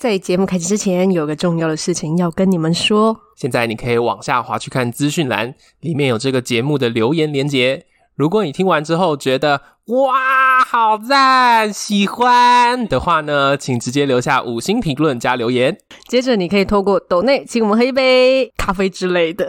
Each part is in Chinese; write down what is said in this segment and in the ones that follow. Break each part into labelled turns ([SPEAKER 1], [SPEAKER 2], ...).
[SPEAKER 1] 在节目开始之前，有个重要的事情要跟你们说。
[SPEAKER 2] 现在你可以往下滑去看资讯栏，里面有这个节目的留言连结。如果你听完之后觉得哇好赞，喜欢的话呢，请直接留下五星评论加留言。
[SPEAKER 1] 接着，你可以透过抖内请我们喝一杯咖啡之类的。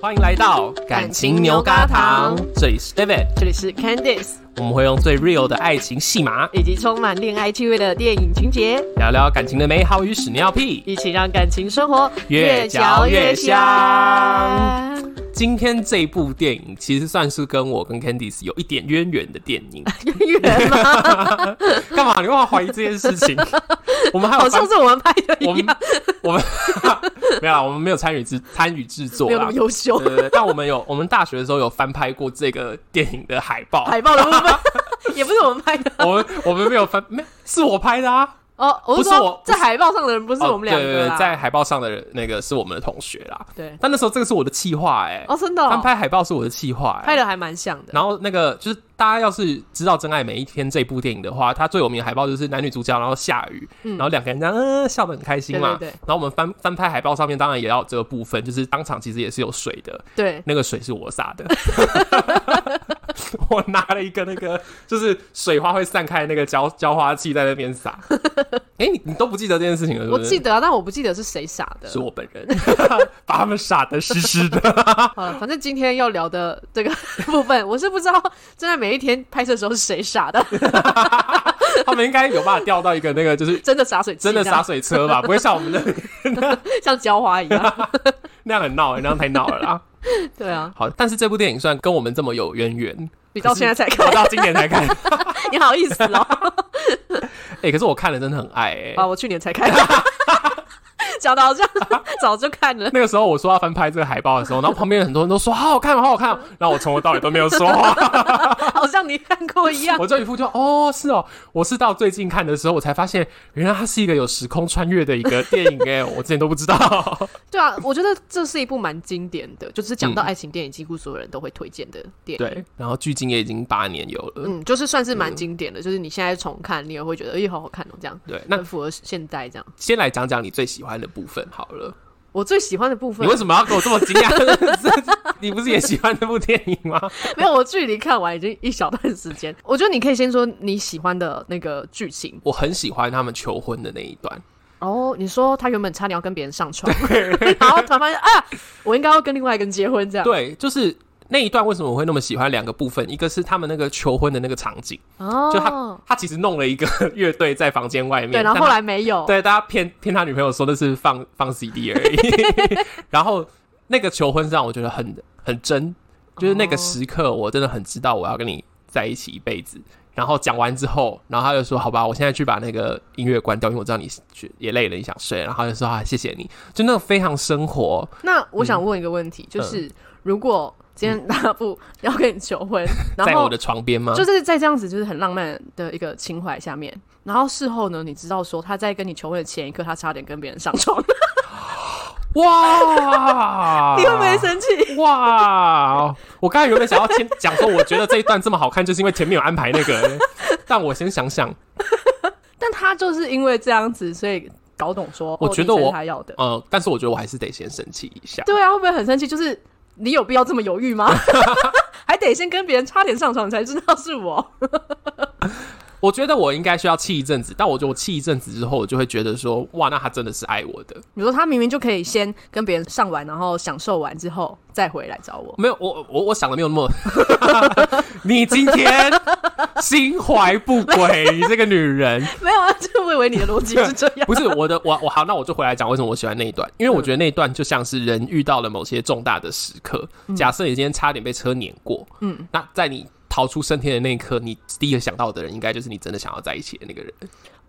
[SPEAKER 2] 欢迎来到
[SPEAKER 1] 感情牛轧糖，
[SPEAKER 2] 这里是 David，
[SPEAKER 1] 这里是 Candice，
[SPEAKER 2] 我们会用最 real 的爱情戏码
[SPEAKER 1] 以及充满恋爱气味的电影情节，
[SPEAKER 2] 聊聊感情的美好与屎尿屁。
[SPEAKER 1] 一起让感情生活
[SPEAKER 2] 越嚼越香。今天这部电影其实算是跟我跟 Candice 有一点渊源的电影，
[SPEAKER 1] 远吗？
[SPEAKER 2] 干嘛？你干嘛怀疑这件事情？我们还有
[SPEAKER 1] 好像
[SPEAKER 2] 参
[SPEAKER 1] 是我们拍的一
[SPEAKER 2] 我们
[SPEAKER 1] 样，
[SPEAKER 2] 我们 没有啦，啊我们没有参与制参与制作
[SPEAKER 1] 没有那
[SPEAKER 2] 啦
[SPEAKER 1] 么。优秀
[SPEAKER 2] 对。对对，但我们有，我们大学的时候有翻拍过这个电影的海报。
[SPEAKER 1] 海报的部 分也不是我们拍的
[SPEAKER 2] 我们我们没有翻，没是我拍的啊，
[SPEAKER 1] 哦。我
[SPEAKER 2] 不
[SPEAKER 1] 是
[SPEAKER 2] 是我
[SPEAKER 1] 说，
[SPEAKER 2] 不
[SPEAKER 1] 在海报上的人不是我们两
[SPEAKER 2] 哦对对
[SPEAKER 1] 个
[SPEAKER 2] 对，
[SPEAKER 1] 啦。
[SPEAKER 2] 在海报上的那个是我们的同学啦。
[SPEAKER 1] 对
[SPEAKER 2] 但那时候这个是我的企划哎、
[SPEAKER 1] 哦，真的
[SPEAKER 2] 翻
[SPEAKER 1] 哦
[SPEAKER 2] 拍海报是我的企划、欸，
[SPEAKER 1] 拍的还蛮像的。
[SPEAKER 2] 然后那个就是大家要是知道《真爱每一天》这部电影的话，它最有名的海报就是男女主角，然后下雨，然后两个人这样嗯、呃、笑得很开心嘛。
[SPEAKER 1] 对对对
[SPEAKER 2] 然后我们翻翻拍海报上面当然也要有这个部分，就是当场其实也是有水 的，
[SPEAKER 1] 对，
[SPEAKER 2] 那个水是我撒的。 我拿了一个那个，就是水花会散开的那个浇浇花器在那边撒。 哎、你你都不记得这件事情了，是不
[SPEAKER 1] 我
[SPEAKER 2] 是？
[SPEAKER 1] 记得啊，但我不记得是谁傻的。
[SPEAKER 2] 是我本人， 把他们撒得湿湿 的。
[SPEAKER 1] 好了，反正今天要聊的这个 部分，我是不知道真的每一天拍摄的时候是谁傻的，
[SPEAKER 2] 他们应该有办法钓到一个那个，就是
[SPEAKER 1] 真的洒水器
[SPEAKER 2] 真的
[SPEAKER 1] 这
[SPEAKER 2] 洒
[SPEAKER 1] 样，
[SPEAKER 2] 水车吧，不会像我们的
[SPEAKER 1] 像浇花 一样。
[SPEAKER 2] 那样很闹、欸，那样太闹了啦。
[SPEAKER 1] 对啊，
[SPEAKER 2] 好，但是这部电影虽然跟我们这么有渊源，
[SPEAKER 1] 你到现在才看，
[SPEAKER 2] 我到今年才看，
[SPEAKER 1] 你好意思哦？
[SPEAKER 2] 哎、可是我看了真的很爱、欸，
[SPEAKER 1] 啊，我去年才看， 讲的好像早就看 了。
[SPEAKER 2] 那个时候我说要翻拍这个海报的时候，然后旁边很多人都说好好看，好好看哦，然后我从头到尾都没有说话，
[SPEAKER 1] 好像你看过一样。
[SPEAKER 2] 我这一副就哦是哦，我是到最近看的时候我才发现，原来它是一个有时空穿越的一个电影哎、我之前都不知道。
[SPEAKER 1] 对啊，我觉得这是一部蛮经典的，就是讲到爱情电影，几乎所有人都会推荐的电影。
[SPEAKER 2] 对，然后距今也已经八年有了，
[SPEAKER 1] 嗯，就是算是蛮经典的，就是你现在重看，你也会觉得，哎、好好看哦，这样
[SPEAKER 2] 对，那
[SPEAKER 1] 很符合现代这样。
[SPEAKER 2] 先来讲讲你最喜欢的部分好了。
[SPEAKER 1] 我最喜欢的部
[SPEAKER 2] 你
[SPEAKER 1] 分
[SPEAKER 2] 为，什么要跟我这么惊讶？ 你不是也喜欢这部电影吗？
[SPEAKER 1] 没有，我距离看完已经一小段时间。 我觉得你可以先说你喜欢的那个剧情
[SPEAKER 2] 我很喜欢他们求婚的那一段，
[SPEAKER 1] 哦。你说他原本差点要跟别人上床， 然后突然发现啊，我应该要跟另外一个人结婚这样。
[SPEAKER 2] 对，就是那一段为什么我会那么喜欢？两个部分，一个是他们那个求婚的那个场景，就他
[SPEAKER 1] 哦，
[SPEAKER 2] 他其实弄了一个乐队在房间外面，
[SPEAKER 1] 对，然后
[SPEAKER 2] 但
[SPEAKER 1] 后
[SPEAKER 2] 他
[SPEAKER 1] 来哦没有，
[SPEAKER 2] 对大家骗骗他女朋友说的是放 放 CD 而已，然后那个求婚是让我觉得很很真，就是那个时刻我真的很知道我要跟你在一起一辈子。然后讲完之后，然后他就说：“好吧，我现在去把那个音乐关掉，因为我知道你也累了，你想睡。”然后他就说：“啊，谢谢你。”就那个非常生活，
[SPEAKER 1] 那我想问一个问题，
[SPEAKER 2] 嗯
[SPEAKER 1] 就是如果今天大布要跟你求婚，
[SPEAKER 2] 嗯
[SPEAKER 1] 然
[SPEAKER 2] 在我
[SPEAKER 1] 后
[SPEAKER 2] 的床边吗？
[SPEAKER 1] 就是在这样子就是很浪漫的一个情怀下面，然后事后呢，你知道说他在跟你求婚的前一刻，他差点跟别人上床，，
[SPEAKER 2] 哇 啊
[SPEAKER 1] 你会不会生气？
[SPEAKER 2] 哇！我刚才原本想要先讲说，我觉得这一段这么好看，就是因为前面有安排那个。但我先想想，
[SPEAKER 1] 但他就是因为这样子，所以搞懂说，
[SPEAKER 2] 我
[SPEAKER 1] 哦
[SPEAKER 2] 觉得
[SPEAKER 1] 你才
[SPEAKER 2] 我
[SPEAKER 1] 是他要的，
[SPEAKER 2] 呃，但是我觉得我还是得先生气一下。
[SPEAKER 1] 对啊，会不会很生气？就是你有必要这么犹 豫吗？还得先跟别人差点上床，你才知道是我。
[SPEAKER 2] 我觉得我应该需要气一阵子，但我觉得我气一阵子之后，我就会觉得说，哇，那他真的是爱我的。
[SPEAKER 1] 你说他明明就可以先跟别人上完，然后享受完之后再回来找 我。
[SPEAKER 2] 没有，我我我想的没有那么。 你今天心怀不轨，你这个女人。
[SPEAKER 1] 没有啊，就我以为你的逻 辑是这样。嗯
[SPEAKER 2] 不是我的，我我好，那我就回来讲为什么我喜欢那一段，因为我觉得那一段就像是人遇到了某些重大的时刻，
[SPEAKER 1] 嗯
[SPEAKER 2] 假设你今天差点被车碾过，嗯，那在你逃出升天的那一刻，你第一个想到的人应该就是你真的想要在一起的那个人。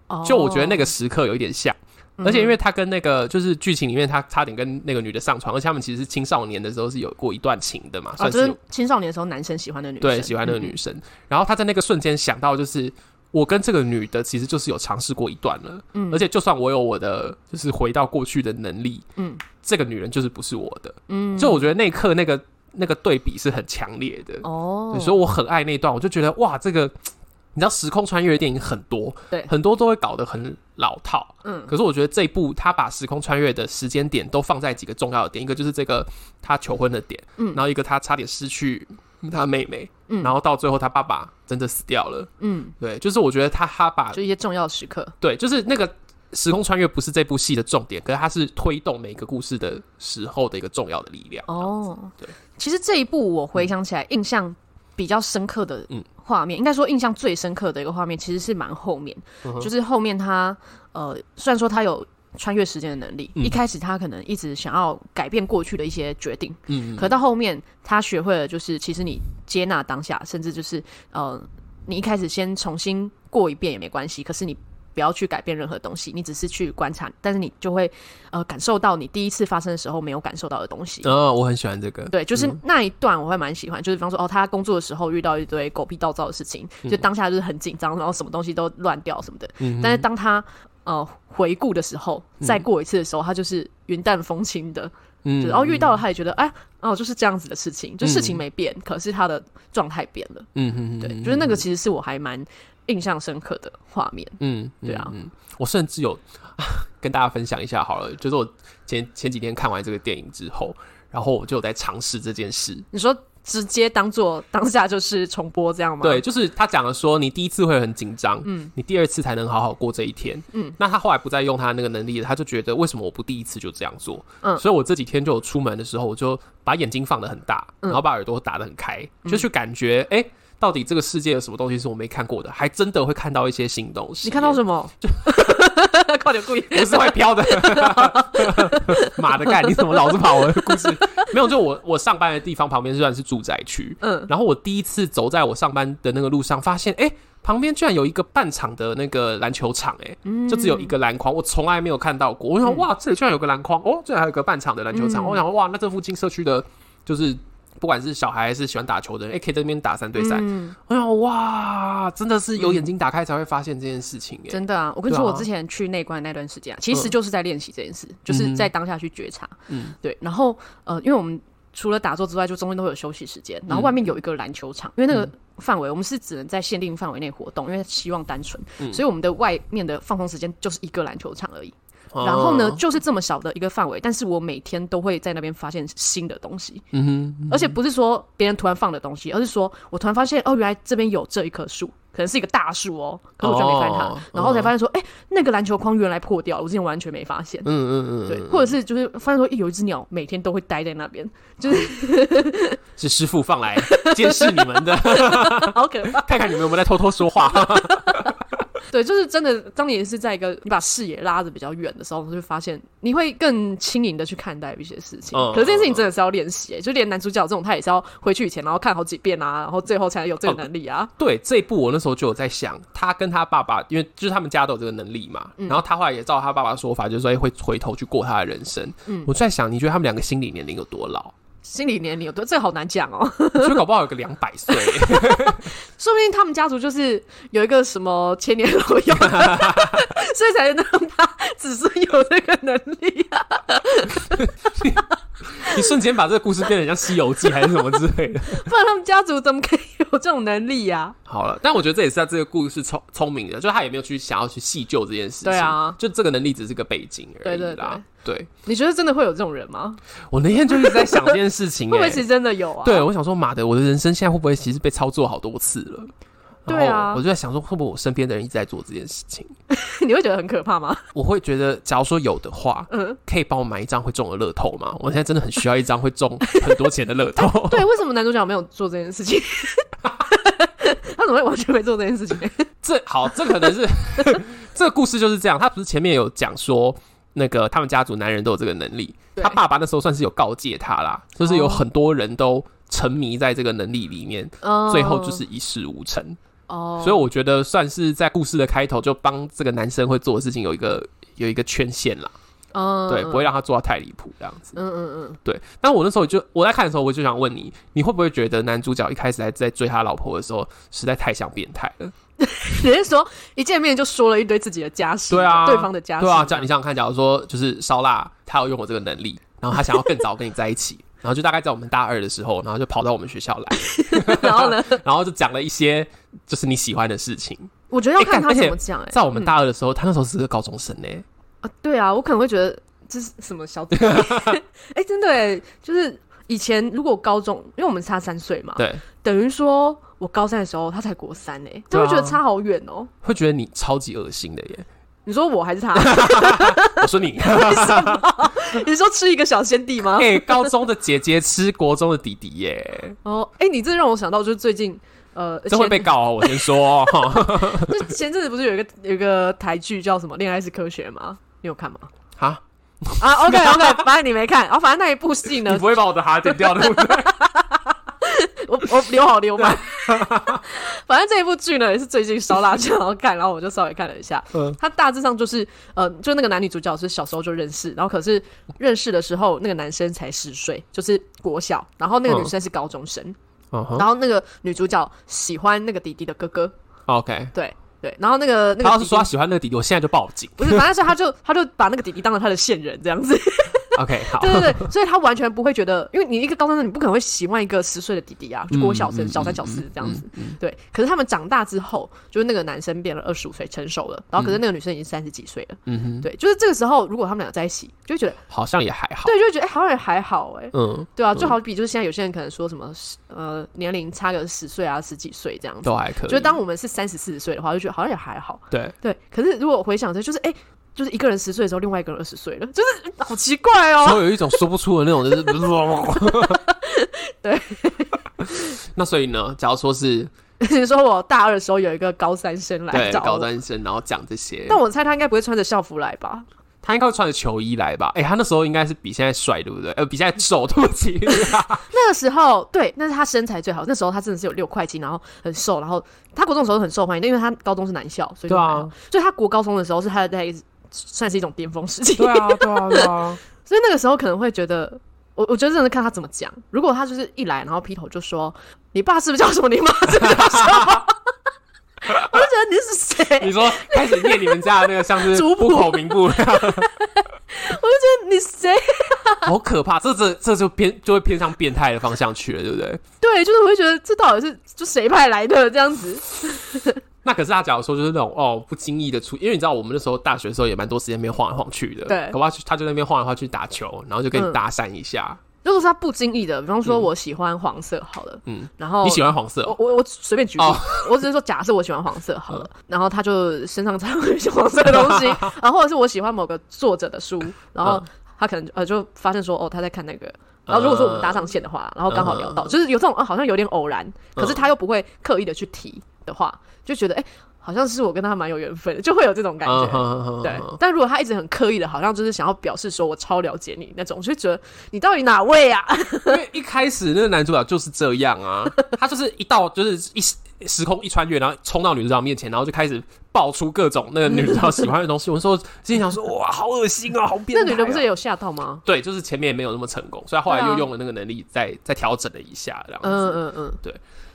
[SPEAKER 1] 哦
[SPEAKER 2] 就我觉得那个时刻有一点像，
[SPEAKER 1] 嗯
[SPEAKER 2] 而且因为他跟那个就是剧情里面他差点跟那个女的上床，而且他们其实是青少年的时候是有过一段情的嘛，
[SPEAKER 1] 哦，
[SPEAKER 2] 算
[SPEAKER 1] 就是是青少年的时候男生喜欢的女生，嗯
[SPEAKER 2] 对喜欢那个女生。然后他在那个瞬间想到就是。我跟这个女的其实就是有尝试过一段了，
[SPEAKER 1] 嗯
[SPEAKER 2] 而且就算我有我的就是回到过去的能力，嗯，这个女人就是不是我的，嗯，就我觉得那一刻那个那个对比是很强烈的。
[SPEAKER 1] 哦
[SPEAKER 2] 对，所以我很爱那一段，我就觉得哇，这个你知道时空穿越的电影很多，
[SPEAKER 1] 对
[SPEAKER 2] 很多都会搞得很老套。
[SPEAKER 1] 嗯
[SPEAKER 2] 可是我觉得这一部他把时空穿越的时间点都放在几个重要的点，一个就是这个他求婚的点，
[SPEAKER 1] 嗯
[SPEAKER 2] 然后一个他差点失去他妹妹，
[SPEAKER 1] 嗯
[SPEAKER 2] 然后到最后他爸爸真的死掉了，
[SPEAKER 1] 嗯，
[SPEAKER 2] 对，就是我觉得他他把
[SPEAKER 1] 就一些重要时刻，
[SPEAKER 2] 对，就是那个时空穿越不是这部戏的重点，可是它是推动每个故事的时候的一个重要的力量。
[SPEAKER 1] 哦，
[SPEAKER 2] 对，
[SPEAKER 1] 其实这一部我回想起来，印象比较深刻的
[SPEAKER 2] 嗯
[SPEAKER 1] 画面，应该说印象最深刻的一个画面，其实是蛮后面，
[SPEAKER 2] 嗯哼
[SPEAKER 1] 就是后面他呃，虽然说他有穿越时间的能力，
[SPEAKER 2] 嗯
[SPEAKER 1] 一开始他可能一直想要改变过去的一些决定，
[SPEAKER 2] 嗯，
[SPEAKER 1] 可到后面他学会了，就是其实你接纳当下，甚至就是呃，你一开始先重新过一遍也没关系，可是你。不要去改变任何东西，你只是去观察，但是你就会，呃，感受到你第一次发生的时候没有感受到的东西。
[SPEAKER 2] 嗯，我很喜欢这个。
[SPEAKER 1] 对，就是那一段我会蛮喜欢，就是比方说哦，他工作的时候遇到一堆狗屁倒灶的事情，就
[SPEAKER 2] 嗯
[SPEAKER 1] 当下就是很紧张，然后什么东西都乱掉什么的。但是当他呃回顾的时候，再过一次的时候，他就是云淡风轻的，
[SPEAKER 2] 嗯，
[SPEAKER 1] 然后哦遇到了他也觉得哎哦就是这样子的事情，就事情没变，可是他的状态变了。
[SPEAKER 2] 嗯嗯嗯，
[SPEAKER 1] 对，就是那个其实是我还蛮印象深刻的画面。
[SPEAKER 2] 嗯，嗯
[SPEAKER 1] 对啊
[SPEAKER 2] 嗯，我甚至有 跟大家分享一下好了，就是我前前几天看完这个电影之后，然后我就有在尝试这件事。
[SPEAKER 1] 你说直接当做当下就是重播这样吗？
[SPEAKER 2] 对，，就是他讲了说，你第一次会很紧张，嗯，你第二次才能好好过这一天，嗯。那他后来不再用他那个能力了，他就觉得为什么我不第一次就这样做？
[SPEAKER 1] 嗯
[SPEAKER 2] 所以我这几天就有出门的时候，我就把眼睛放得很大，
[SPEAKER 1] 嗯
[SPEAKER 2] 然后把耳朵打得很开，就去感觉，哎、到底这个世界有什么东西是我没看过的？还真的会看到一些新东西。
[SPEAKER 1] 你看到什么？ 快点故意。
[SPEAKER 2] 不是会飘的， 妈的干！你怎么老是跑我的故事？没有，就我我上班的地方旁边虽然是住宅区，
[SPEAKER 1] 嗯
[SPEAKER 2] 然后我第一次走在我上班的那个路上，发现哎、诶旁边居然有一个半场的那个篮球场、诶
[SPEAKER 1] 嗯
[SPEAKER 2] 就只有一个篮筐，我从来没有看到过。我想哇，这里居然有个篮筐，哦，这里还有个半场的篮球
[SPEAKER 1] 嗯
[SPEAKER 2] 场。我想哇，那这附近社区的，就是不管是小孩还是喜欢打球的人，哎、可以在那边打三对三。
[SPEAKER 1] 嗯，
[SPEAKER 2] 我想哇，真的是有眼睛打开才会发现这件事情、诶
[SPEAKER 1] 真的啊！我跟你说，
[SPEAKER 2] 对啊
[SPEAKER 1] 我之前去内观那段时间、啊，其实就是在练习这件事，就是在当下去觉察。
[SPEAKER 2] 嗯，
[SPEAKER 1] 对。然后呃，因为我们除了打坐之外，就中间都会有休息时
[SPEAKER 2] 嗯
[SPEAKER 1] 间，然后外面有一个篮球场，因为那个范围我们是只能在限定范围内活动，因为希望单纯，
[SPEAKER 2] 嗯
[SPEAKER 1] 所以我们的外面的放松时间就是一个篮球场而已。然后呢，
[SPEAKER 2] 哦
[SPEAKER 1] 就是这么小的一个范围，但是我每天都会在那边发现新的东西，
[SPEAKER 2] 嗯哼。
[SPEAKER 1] 而且不是说别人突然放的东西，而是说我突然发现哦，原来这边有这一棵树，可能是一个大树哦，可是我居然没看它，
[SPEAKER 2] 哦
[SPEAKER 1] 然后才发现说，哎、那个篮球框原来破掉了，我之前完全没发现。
[SPEAKER 2] 嗯嗯嗯，
[SPEAKER 1] 对，或者是就是发现说，诶哎有一只鸟每天都会待在 那边，
[SPEAKER 2] 是师傅放来监视你们的，
[SPEAKER 1] 好可怕。
[SPEAKER 2] 看看你们有没有在偷偷说话。
[SPEAKER 1] 对，就是真的，当你是在一个你把视野拉得比较远的时候，你就会发现你会更轻盈的去看待一些事情。
[SPEAKER 2] 嗯
[SPEAKER 1] 可是这件事情真的是要练习、欸就连男主角这种，他也是要回去以前，然后看好几遍啊，然后最后才有这
[SPEAKER 2] 哦
[SPEAKER 1] 个能力啊。
[SPEAKER 2] 对这一部，我那时候就有在想，他跟他爸爸，因为就是他们家都有这个能力嘛，然后他后来也照他爸爸说法，就是说哎会回头去过他的人生。我就在想，你觉得他们两个心理年龄有多老？
[SPEAKER 1] 心理年龄有多，这个好难讲哦。
[SPEAKER 2] 我觉得搞不好有个两百岁，
[SPEAKER 1] 说不定他们家族就是有一个什么千年老 妖，所以才让他只是有这个能力、啊。
[SPEAKER 2] 你瞬间把这个故事变得像《西游记》还是什么之类的。
[SPEAKER 1] 不然他们家族怎么可以有这种能力啊呀、
[SPEAKER 2] 好了，但我觉得这也是他这个故事聪聪明的，就他也没有去想要去细究这件事情。
[SPEAKER 1] 对啊
[SPEAKER 2] 就这个能力只是个背景而已
[SPEAKER 1] 对对
[SPEAKER 2] 啦。对
[SPEAKER 1] 你觉得真的会有这种人吗？
[SPEAKER 2] 我那天就一直在想这件事情、
[SPEAKER 1] 会
[SPEAKER 2] 欸，
[SPEAKER 1] 不会其实真的有啊？，
[SPEAKER 2] 对，我想说，妈的，我的人生现在会不会其实被操作好多次了？然
[SPEAKER 1] 对
[SPEAKER 2] 后
[SPEAKER 1] 啊
[SPEAKER 2] 我就在想说，会不会我身边的人一直在做这件事情？
[SPEAKER 1] 你会觉得很可怕吗？
[SPEAKER 2] 我会觉得，假如说有的话，
[SPEAKER 1] 嗯，
[SPEAKER 2] 可以帮我买一张会中的乐透吗？我现在真的很需要一张会中很多钱的乐透。
[SPEAKER 1] 对，为什么男主角没有做这件事情？ 他怎么会完全没做这件事情？
[SPEAKER 2] 这好，这可能是 这个故事就是这样。他不是前面有讲说，那个他们家族男人都有这个能力，
[SPEAKER 1] 对
[SPEAKER 2] 他爸爸那时候算是有告诫他啦，就是有
[SPEAKER 1] 哦
[SPEAKER 2] 很多人都沉迷在这个能力里面， 最后就是一事无成。
[SPEAKER 1] 哦，
[SPEAKER 2] 所以我觉得算是在故事的开头就帮这个男生会做的事情有一个有一个圈限啦，
[SPEAKER 1] 嗯
[SPEAKER 2] 对，不会让他做到太离谱这样子。
[SPEAKER 1] 嗯嗯
[SPEAKER 2] 对，但我那时候就我在看的时候，我就想问你，你会不会觉得男主角一开始还在追他老婆的时候，实在太像变态了？
[SPEAKER 1] 嗯，你是说一见面就说了一堆自己的家事，
[SPEAKER 2] 对啊，
[SPEAKER 1] 对方的家事，
[SPEAKER 2] 对啊，这样你想想看，假如说就是烧腊，他有用我这个能力，然后他想要更早跟你在一起，然后就大概在我们大二的时候，然后就跑到我们学校来，
[SPEAKER 1] 然后呢，
[SPEAKER 2] 然后就讲了一些就是你喜欢的事情。
[SPEAKER 1] 我觉得要
[SPEAKER 2] 欸
[SPEAKER 1] 看
[SPEAKER 2] 干
[SPEAKER 1] 他
[SPEAKER 2] 而且
[SPEAKER 1] 怎么讲、哎、
[SPEAKER 2] 在我们大二的时候，他那时候是个高中生呢、
[SPEAKER 1] 啊，对啊，我可能会觉得这是什 么小，哎、真的、哎，就是以前如果高中，因为我们差三岁嘛，
[SPEAKER 2] 对，
[SPEAKER 1] 等于说我高三的时候他才国三、哎，就
[SPEAKER 2] 对啊
[SPEAKER 1] 会觉得差好远哦、
[SPEAKER 2] 会觉得你超级恶心的耶。
[SPEAKER 1] 你说我还是他？
[SPEAKER 2] 我说你，
[SPEAKER 1] 你说吃一个小仙弟吗？
[SPEAKER 2] 哎、高中的姐姐吃国中的弟弟耶，
[SPEAKER 1] 哦，哎、你这让我想到，就是最近，呃，
[SPEAKER 2] 这会被告哦。我先说哦， 哈
[SPEAKER 1] 前就前阵子不是有一个有一个台剧叫什么《恋爱是科学》吗？你有 看吗？
[SPEAKER 2] 啊，
[SPEAKER 1] 啊，OK OK，反正你没看，然、后反正那一部戏
[SPEAKER 2] 你
[SPEAKER 1] 呢
[SPEAKER 2] 不，会把我的哈剪掉的，对 不对？
[SPEAKER 1] 我我留好 留满。 反正这一部剧呢，也是最近烧辣椒然后看，然后我就稍微看了一下。
[SPEAKER 2] 嗯
[SPEAKER 1] 它大致上就是，呃，就那个男女主角是小时候就认识，然后可是认识的时候，那个男生才十岁，就是国小，然后那个女生是高中生，
[SPEAKER 2] 嗯哼
[SPEAKER 1] 然后那个女主角喜欢那个弟弟的哥哥，
[SPEAKER 2] ，OK。
[SPEAKER 1] 对对，然后那个那个
[SPEAKER 2] 他要
[SPEAKER 1] 弟
[SPEAKER 2] 是
[SPEAKER 1] 弟
[SPEAKER 2] 说他喜欢那个弟弟，我现在就报警。
[SPEAKER 1] 不是，反正是他就他就把那个弟弟当了他的线人这样子，
[SPEAKER 2] OK，好，
[SPEAKER 1] 对对对，所以他完全不会觉得，因为你一个高中生，你不可能会喜欢一个十岁的弟弟啊，就国小生、
[SPEAKER 2] 嗯嗯嗯
[SPEAKER 1] 小三、小四这样子，对。可是他们长大之后，就是那个男生变了二十五岁，成熟了，然后可是那个女生已经三十几岁了，
[SPEAKER 2] 嗯哼，
[SPEAKER 1] 对，就是这个时候，如果他们俩在一起，就会觉得，
[SPEAKER 2] 好像也还好。
[SPEAKER 1] 对，就会觉得哎、好像也还好哎、
[SPEAKER 2] 嗯，
[SPEAKER 1] 对啊，就好比就是现在有些人可能说什么呃年龄差个十岁啊十几岁这样子，
[SPEAKER 2] 都还可以。
[SPEAKER 1] 就是当我们是三十四十岁的话，就觉得好像也还好，
[SPEAKER 2] 对，
[SPEAKER 1] 对，可是如果回想着，就是哎、诶就是一个人十岁的时候，另外一个人二十岁了，就是嗯好奇怪哦。
[SPEAKER 2] 所以有一种说不出的那种，就是
[SPEAKER 1] 对。
[SPEAKER 2] 那所以呢，假如说是
[SPEAKER 1] 你说我大二的时候有一个高三生来
[SPEAKER 2] 对
[SPEAKER 1] 找
[SPEAKER 2] 高
[SPEAKER 1] 我，
[SPEAKER 2] 三生，然后讲这些，
[SPEAKER 1] 但我猜他应该不会穿着校服来吧？
[SPEAKER 2] 他应该会穿着球衣来吧？哎、他那时候应该是比现在帅，对不对？呃，比现在瘦，对不 起。
[SPEAKER 1] 那个时候，对，那是他身材最好，那时候他真的是有六块斤，然后很瘦，然后他国中的时候很受欢迎，因为他高中是男校，所以就
[SPEAKER 2] 对啊
[SPEAKER 1] 还好，所以他国高中的时候是他的在算是一种巅峰时期，
[SPEAKER 2] 啊，对啊，对啊。
[SPEAKER 1] 所以那个时候可能会觉得。我我觉得真的看他怎么讲。如果他就是一来，然后劈头就说：“你爸是不是叫什么？你妈是不是叫什么？” 我就觉得你是 谁？
[SPEAKER 2] 你说开始念你们家的那个像 是
[SPEAKER 1] 族谱
[SPEAKER 2] 户口名簿，
[SPEAKER 1] 你谁？
[SPEAKER 2] 好可怕！这这这就偏就会偏向变态的方向去了，对不对？
[SPEAKER 1] 对，就是我会觉得这到底是就谁派来的这样子？
[SPEAKER 2] 那可是他假如说就是那种哦不经意的出，因为你知道我们那时候大学的时候也蛮多时间没有晃来晃去的，
[SPEAKER 1] 对
[SPEAKER 2] 搞不好去他就在那边晃来晃去打球，然后就跟
[SPEAKER 1] 嗯
[SPEAKER 2] 你搭讪一下。
[SPEAKER 1] 如果是他不经意的，比方说我喜欢黄色好了，嗯
[SPEAKER 2] 嗯，
[SPEAKER 1] 然后
[SPEAKER 2] 你喜欢黄色
[SPEAKER 1] 我
[SPEAKER 2] 哦、
[SPEAKER 1] 我我随便举例
[SPEAKER 2] 哦嗯
[SPEAKER 1] 我只是说假设我喜欢黄色好了，然后他就身上沾了一些黄色 的东西，然后或者是我喜欢某个作者的书，
[SPEAKER 2] 嗯
[SPEAKER 1] 然后他可能呃就发现说哦他在看那个。然后如果说我们搭上线的话，然后刚好聊
[SPEAKER 2] 嗯
[SPEAKER 1] 到，就是有这种、啊好像有点偶然，可是他又不会刻意的去提的话，就觉得哎、好像是我跟他蛮有缘分的，就会有这种感觉。
[SPEAKER 2] 嗯哼哼
[SPEAKER 1] 对
[SPEAKER 2] 哼哼，
[SPEAKER 1] 但如果他一直很刻意的，好像就是想要表示说我超了解你那种，我就觉得你到底哪位啊？
[SPEAKER 2] 因为一开始那个男主角就是这样啊， 他就是一到就是一时时空一穿越，然后冲到女主角面前，然后就开始爆出各种那个女主角喜欢的东西。我那时候心里想说，哇，好恶心啊，好变态、 啊。
[SPEAKER 1] 那女的不是也有吓到吗？
[SPEAKER 2] 对，就是前面也没有那么成功，所以他后来
[SPEAKER 1] 对
[SPEAKER 2] 又
[SPEAKER 1] 啊
[SPEAKER 2] 用了那个能力再再调整了一下，这样子。
[SPEAKER 1] 嗯嗯嗯，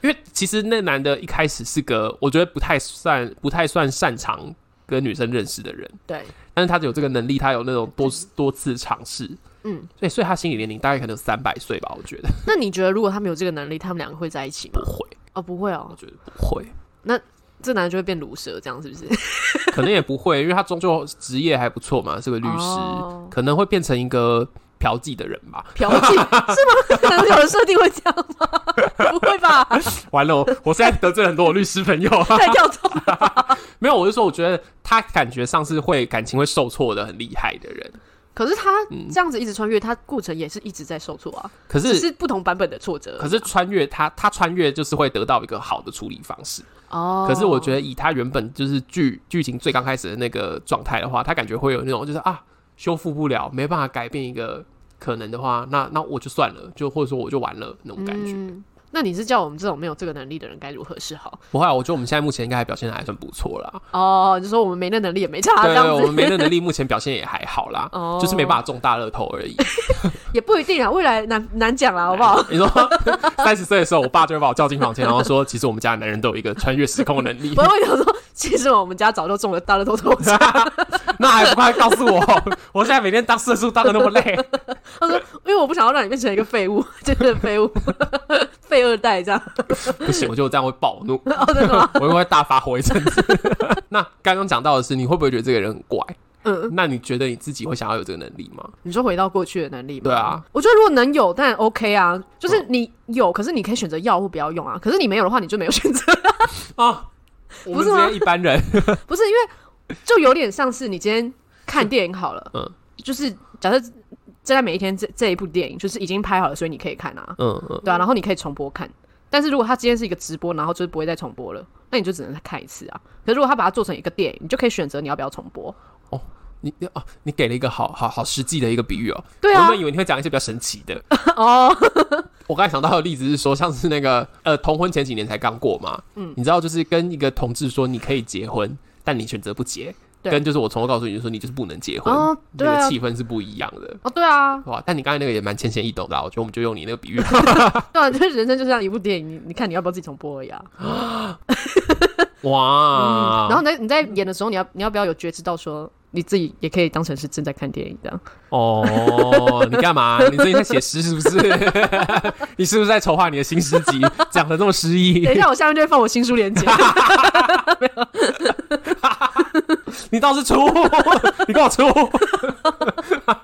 [SPEAKER 2] 因为其实那男的一开始是个我觉得不太算不太算擅长跟女生认识的人，
[SPEAKER 1] 对，
[SPEAKER 2] 但是他有这个能力，他有那种多多次尝试，
[SPEAKER 1] 嗯。
[SPEAKER 2] 所以所以他心理年龄大概可能有三百岁吧，我觉得
[SPEAKER 1] 那你觉得如果他们有这个能力，他们两个会在一起吗
[SPEAKER 2] 不？会，
[SPEAKER 1] 哦，不会
[SPEAKER 2] 我
[SPEAKER 1] 哦，
[SPEAKER 2] 觉得不会，
[SPEAKER 1] 这男的就会变卤蛇，这样是 不是？
[SPEAKER 2] 可能也不会， 因为他终究职业还不错嘛，是个律师，
[SPEAKER 1] 哦
[SPEAKER 2] 可能会变成一个嫖妓的人吧。
[SPEAKER 1] 嫖妓是吗？ 男主角的设定会这样吗？ 不会 吧？
[SPEAKER 2] 完了，我我现在得罪了很多我律师朋友啊。
[SPEAKER 1] 太跳脱了。
[SPEAKER 2] 没有，我是说，我觉得他感觉上是会感情会受挫的，很厉害的人。
[SPEAKER 1] 可是他这样子一直穿越，他过程也是一直在受挫啊，
[SPEAKER 2] 嗯可
[SPEAKER 1] 只
[SPEAKER 2] 是，
[SPEAKER 1] 是呃不同版本的挫折。
[SPEAKER 2] 可是穿越他，他穿越就是会得到一个好的处理方式。
[SPEAKER 1] 哦，
[SPEAKER 2] 可是我觉得以他原本就是剧剧情最刚开始的那个状态的话，他感觉会有那种就是啊修复不了，没办法改变一个可能的话，那那我就算了，就或者说我就完了那种感觉。
[SPEAKER 1] 嗯那你是叫我们这种没有这个能力的人该如何是好？
[SPEAKER 2] 不会啊，我觉得我们现在目前应该还表现的还算不错啦。
[SPEAKER 1] 哦，就说我们没那能力也没差，啊这
[SPEAKER 2] 对对，
[SPEAKER 1] 样
[SPEAKER 2] 我
[SPEAKER 1] 子
[SPEAKER 2] 们没那能力，目前表现也还好啦，
[SPEAKER 1] 哦
[SPEAKER 2] 就是没办法中大乐透而已。
[SPEAKER 1] 也不一定啊，未来难难讲啦，好不 好？？
[SPEAKER 2] 你说三十岁的时候，我爸就会把我叫进房间，然后说，其实我们家的男人都有一个穿越时空的能力
[SPEAKER 1] 不。会想说，其实我们家早就中了大乐透头奖，
[SPEAKER 2] 那还不快告诉我？我现在每天当社畜当的那么累，
[SPEAKER 1] 他说，因为我不想要让你变成一个废物， 真的废物，废二代这样。
[SPEAKER 2] 不行，我觉得我这样会暴怒，
[SPEAKER 1] 哦，真的 吗？
[SPEAKER 2] 我又会大发火一阵子。 那刚刚讲到的是，你会不会觉得这个人很怪？
[SPEAKER 1] 嗯，
[SPEAKER 2] 那你觉得你自己会想要有这个能力吗？
[SPEAKER 1] 你说回到过去的能力吗？
[SPEAKER 2] 对啊，
[SPEAKER 1] 我觉得如果能有，当然 OK 啊。就是你有，可是你可以选择要或不要用啊。可是你没有的话，你就没有选择。
[SPEAKER 2] 啊，我们
[SPEAKER 1] 不是
[SPEAKER 2] 这
[SPEAKER 1] 吗
[SPEAKER 2] 些一般人，
[SPEAKER 1] 不是因为就有点像是你今天看电影好了，
[SPEAKER 2] 嗯
[SPEAKER 1] 就是假设真在每一天这这一部电影就是已经拍好了，所以你可以看啊，
[SPEAKER 2] 嗯嗯，
[SPEAKER 1] 对啊，然后你可以重播看。但是如果它今天是一个直播，然后就是不会再重播了，那你就只能再看一次啊。可是如果它把它做成一个电影，你就可以选择你要不要重播。
[SPEAKER 2] 你你哦，你给了一个好好好实际的一个比喻哦。
[SPEAKER 1] 对
[SPEAKER 2] 我
[SPEAKER 1] 啊
[SPEAKER 2] 原，本以为你会讲一些比较神奇 的。
[SPEAKER 1] 哦，
[SPEAKER 2] 我刚才想到的例子是说，像是那个呃，同婚前几年才刚过嘛，嗯，你知道就是跟一个同志说你可以结婚，但你选择不结，
[SPEAKER 1] 对
[SPEAKER 2] 跟就是我从头告诉你就说你就是不能结婚，
[SPEAKER 1] 哦，对
[SPEAKER 2] 那
[SPEAKER 1] 啊
[SPEAKER 2] 个，气氛是不一样的。
[SPEAKER 1] 哦，对啊，
[SPEAKER 2] 哇！但你刚才那个也蛮浅显易懂的、啊，我觉得我们就用你那个 比喻。
[SPEAKER 1] 对啊，就是人生就像一部电影，你你看你要不要自己重播而已啊。
[SPEAKER 2] 哇！
[SPEAKER 1] 嗯，然后你在你在演的时候，你要你要不要有觉知到说你自己也可以当成是正在看电影 这样？
[SPEAKER 2] 哦，你干嘛？你最近在写诗是不 是？你是不是在筹划你的新诗集？讲的这么诗意
[SPEAKER 1] 等，一下，我下面就会放我新书 链接。
[SPEAKER 2] 你倒是出，你给我 出。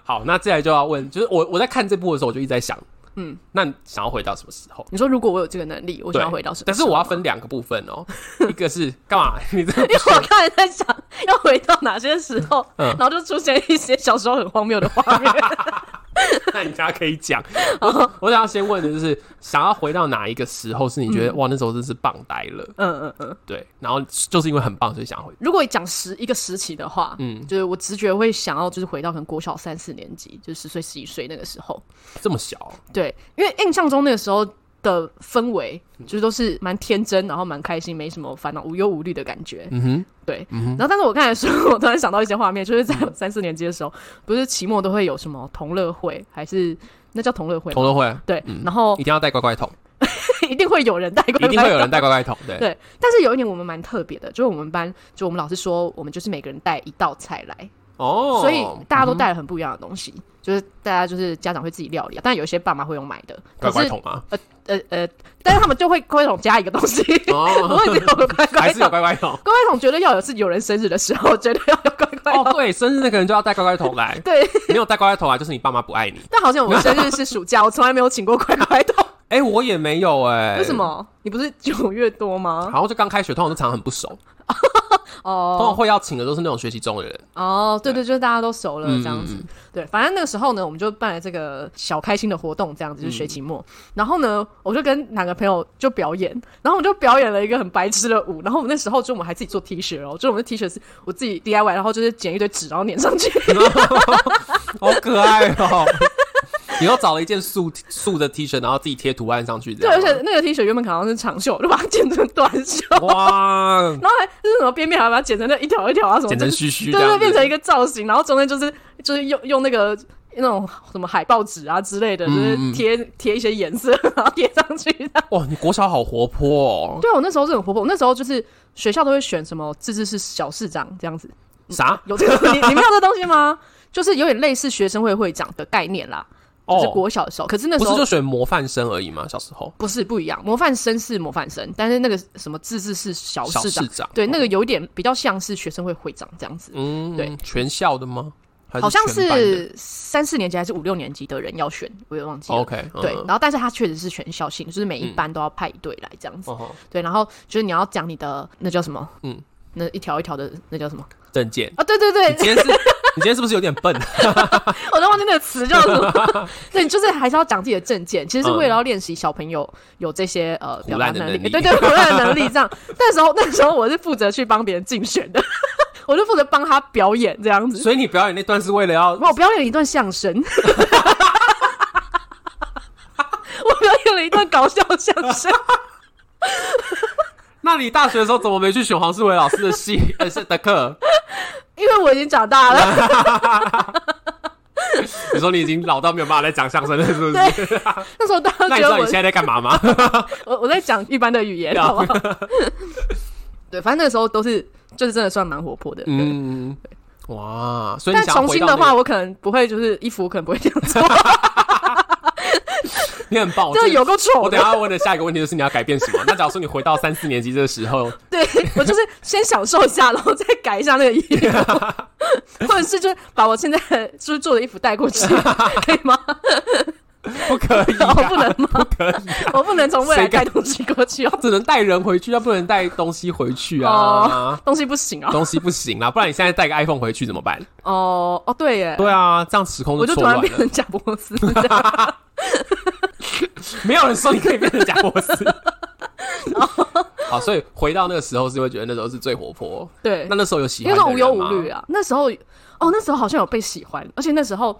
[SPEAKER 2] 好，那接下来就要问，就是我我在看这部的时候，我就一直在想，嗯，那你想要回到什么时候？
[SPEAKER 1] 你说如果我有这个能力，我想要回到什么？
[SPEAKER 2] 但是我要分两个部分 哦，一个是干嘛？你这
[SPEAKER 1] 因为我刚才在想要回到哪些时候，
[SPEAKER 2] 嗯
[SPEAKER 1] 然后就出现一些小时候很荒谬的 画面。
[SPEAKER 2] 那你大家可以 讲。
[SPEAKER 1] 哦
[SPEAKER 2] 我我想要先问的就是，想要回到哪一个时候是你觉得、哇那时候真是棒呆了？
[SPEAKER 1] 嗯嗯嗯。
[SPEAKER 2] 对，然后就是因为很棒，所以想回。
[SPEAKER 1] 如果讲时一个时期的话，嗯，就是我直觉会想要就是回到可能国小三四年级，就是十岁十一岁那个时候。
[SPEAKER 2] 这么小，
[SPEAKER 1] 对，因为印象中那个时候的氛围就是都是蛮天真，然后蛮开心，没什么烦恼，无忧无虑的感觉。
[SPEAKER 2] 嗯哼，嗯
[SPEAKER 1] 对，然后但是我刚才说，我突然想到一些画面，就是在我三四年级的时候，不是期末都会有什么同乐会，还是那叫同乐会吗？
[SPEAKER 2] 同乐会
[SPEAKER 1] 对，哦然后
[SPEAKER 2] 一定要带乖乖 桶，
[SPEAKER 1] 一定会有人带过来，
[SPEAKER 2] 一定会有人带乖乖桶，对，
[SPEAKER 1] 对，但是有一年我们蛮特别的，就是我们班，就我们老师说，我们就是每个人带一道菜来，
[SPEAKER 2] 哦，
[SPEAKER 1] 所以大家都带了很不一样的东西，就是大家就是家长会自己料理、啊，但有一些爸妈会用买的，可
[SPEAKER 2] 乖乖
[SPEAKER 1] 是
[SPEAKER 2] 桶 吗？
[SPEAKER 1] 呃呃，但是他们就会会桶加一个东 西，
[SPEAKER 2] 哦，
[SPEAKER 1] 我会有个乖
[SPEAKER 2] 还
[SPEAKER 1] 乖
[SPEAKER 2] 是有
[SPEAKER 1] 桶，
[SPEAKER 2] 乖乖桶。
[SPEAKER 1] 乖乖桶绝对要有是有人生日的时候，绝对要有乖乖桶。
[SPEAKER 2] 哦，对，生日那个人就要带乖乖桶来，
[SPEAKER 1] 对，
[SPEAKER 2] 没有带乖乖桶来，就是你爸妈不爱你。
[SPEAKER 1] 但好像我生日是暑假，我从来没有请过乖乖桶。
[SPEAKER 2] 哎、我也没有 哎、
[SPEAKER 1] 为什？么？你不是九月多吗？
[SPEAKER 2] 好像就刚开学，通常都常很不熟，通常
[SPEAKER 1] 哦
[SPEAKER 2] 会要请的都是那种学习中的 人。
[SPEAKER 1] 哦，对对，就是大家都熟了
[SPEAKER 2] 嗯
[SPEAKER 1] 这样子。对，反正那个时候呢，我们就办了这个小开心的活动，这样子就是学期末。
[SPEAKER 2] 嗯
[SPEAKER 1] 然后呢，我就跟两个朋友就表演，然后我们就表演了一个很白痴的舞。然后我们那时候就我们还自己做 T 恤哦，就我们的 T 恤是我自己 DIY，然后就是剪一堆纸然后粘上去。
[SPEAKER 2] 好可爱哦、你又找了一件素素的 T 恤，然后自己贴图案上去，这
[SPEAKER 1] 对，
[SPEAKER 2] 样
[SPEAKER 1] 而
[SPEAKER 2] 吗
[SPEAKER 1] 且那个 T 恤原本可能好像是长袖，我就把它剪成短袖，
[SPEAKER 2] 哇，
[SPEAKER 1] 然后还 就是什么边边还把它剪成那一条一条啊什么，
[SPEAKER 2] 剪
[SPEAKER 1] 就
[SPEAKER 2] 成
[SPEAKER 1] 是
[SPEAKER 2] 虚虚这
[SPEAKER 1] 对对，
[SPEAKER 2] 样
[SPEAKER 1] 变成
[SPEAKER 2] 子。
[SPEAKER 1] 一个造型，然后中间就是就是用用那个那种什么海报纸啊之类的，就是
[SPEAKER 2] 嗯嗯
[SPEAKER 1] 贴贴一些颜色，然后贴上去这样。
[SPEAKER 2] 哇，你国小好活泼哦、
[SPEAKER 1] 对啊我那时候是很活泼，我那时候就是学校都会选什么自治市小市长这样子，
[SPEAKER 2] 啥？
[SPEAKER 1] 有这个你 你们有这东西吗？就是有点类似学生会会长的概念啦，
[SPEAKER 2] 哦、
[SPEAKER 1] 就是国小的时候，可是那时
[SPEAKER 2] 不
[SPEAKER 1] 候
[SPEAKER 2] 是就选模范生而已吗？小时候
[SPEAKER 1] 不是不一样，模范生是模范生，但是那个什么自治市小
[SPEAKER 2] 小
[SPEAKER 1] 市长，
[SPEAKER 2] 长
[SPEAKER 1] 对那个有点比较像是学生会会长这样子，
[SPEAKER 2] 嗯，
[SPEAKER 1] 对，
[SPEAKER 2] 全校的吗？还
[SPEAKER 1] 好像
[SPEAKER 2] 全班的
[SPEAKER 1] 是三四年级还是五六年级的人要选，我也忘记了。
[SPEAKER 2] OK，
[SPEAKER 1] 对，
[SPEAKER 2] 嗯
[SPEAKER 1] 然后但是他确实是全校性，就是每一班都要派一队来这样子。
[SPEAKER 2] 哦
[SPEAKER 1] 对，然后就是你要讲你的那叫什么？
[SPEAKER 2] 嗯
[SPEAKER 1] 嗯，那一条一条的那叫什么？
[SPEAKER 2] 证件。
[SPEAKER 1] 啊，对对
[SPEAKER 2] 你
[SPEAKER 1] 对，
[SPEAKER 2] 今天是，你今天是不是有点笨？
[SPEAKER 1] 我都忘记那个词叫什么。对，就是还是要讲自己的证件，其实是为了要练习小朋友有这些呃
[SPEAKER 2] 嗯胡
[SPEAKER 1] 表达
[SPEAKER 2] 乱的
[SPEAKER 1] 能
[SPEAKER 2] 能力
[SPEAKER 1] 对对，胡乱的能力这样。 那时候那时候我是负责去帮别人竞选的， 我就负责帮他表演这样子。
[SPEAKER 2] 所以你表演那段是为了要
[SPEAKER 1] 我表演了一段相声， 我表演了一段搞笑相声。
[SPEAKER 2] 那你大学的时候怎么没去选黄世伟老师的戏 呃是的课？
[SPEAKER 1] 因为我已经长大了，
[SPEAKER 2] 你说你已经老到没有办法再讲相声了，是不
[SPEAKER 1] 对
[SPEAKER 2] 是？
[SPEAKER 1] 那时候大家
[SPEAKER 2] 那
[SPEAKER 1] 都
[SPEAKER 2] 你
[SPEAKER 1] 觉
[SPEAKER 2] 知
[SPEAKER 1] 得
[SPEAKER 2] 道你
[SPEAKER 1] 我
[SPEAKER 2] 现在在干嘛 吗？
[SPEAKER 1] 我我在讲一般的语 言，好不 好？对，反正那个时候都是就是真的算蛮活泼的。嗯，
[SPEAKER 2] 嗯，哇，所以你
[SPEAKER 1] 但
[SPEAKER 2] 想要
[SPEAKER 1] 重
[SPEAKER 2] 回
[SPEAKER 1] 新
[SPEAKER 2] 到
[SPEAKER 1] 的
[SPEAKER 2] 那
[SPEAKER 1] 话，
[SPEAKER 2] 个，
[SPEAKER 1] 我可能不会，就是衣服我可能不会这样 做，
[SPEAKER 2] 你很棒，我
[SPEAKER 1] 就
[SPEAKER 2] 真的
[SPEAKER 1] 有够
[SPEAKER 2] 我
[SPEAKER 1] 丑
[SPEAKER 2] 等
[SPEAKER 1] 的
[SPEAKER 2] 一。下问的下一个问题就是你要改变什么？ 那假如说你回到三四年级这个时候，
[SPEAKER 1] 对我就是先享受一下，然后再改一下那个衣 服，或者是就是把我现在就是做的衣服带 过去，可以吗？
[SPEAKER 2] 不可 以、啊，
[SPEAKER 1] 我不能吗？哦
[SPEAKER 2] 不可以、啊，
[SPEAKER 1] 我不能从未来
[SPEAKER 2] 谁敢
[SPEAKER 1] 带东西过去哦，
[SPEAKER 2] 只能带人回去，他不能带东西回去啊。
[SPEAKER 1] 东西不行哦。
[SPEAKER 2] 东西不行啊啦，不然你现在带个 iPhone 回去怎么办？
[SPEAKER 1] 哦哦，对耶，
[SPEAKER 2] 对啊，这样时空
[SPEAKER 1] 我就
[SPEAKER 2] 错
[SPEAKER 1] 突然
[SPEAKER 2] 乱
[SPEAKER 1] 变
[SPEAKER 2] 了。
[SPEAKER 1] 成贾伯斯这样
[SPEAKER 2] 没有人说你可以变成贾博 士。好，所以回到那个时候是会觉得那时候是最活泼。
[SPEAKER 1] 对
[SPEAKER 2] 那，那时候有喜
[SPEAKER 1] 因
[SPEAKER 2] 欢
[SPEAKER 1] 为
[SPEAKER 2] 的
[SPEAKER 1] 哎那
[SPEAKER 2] 人
[SPEAKER 1] 种
[SPEAKER 2] 吗
[SPEAKER 1] 无忧无虑啊。那时候，哦，那时候好像有被喜欢，而且那时候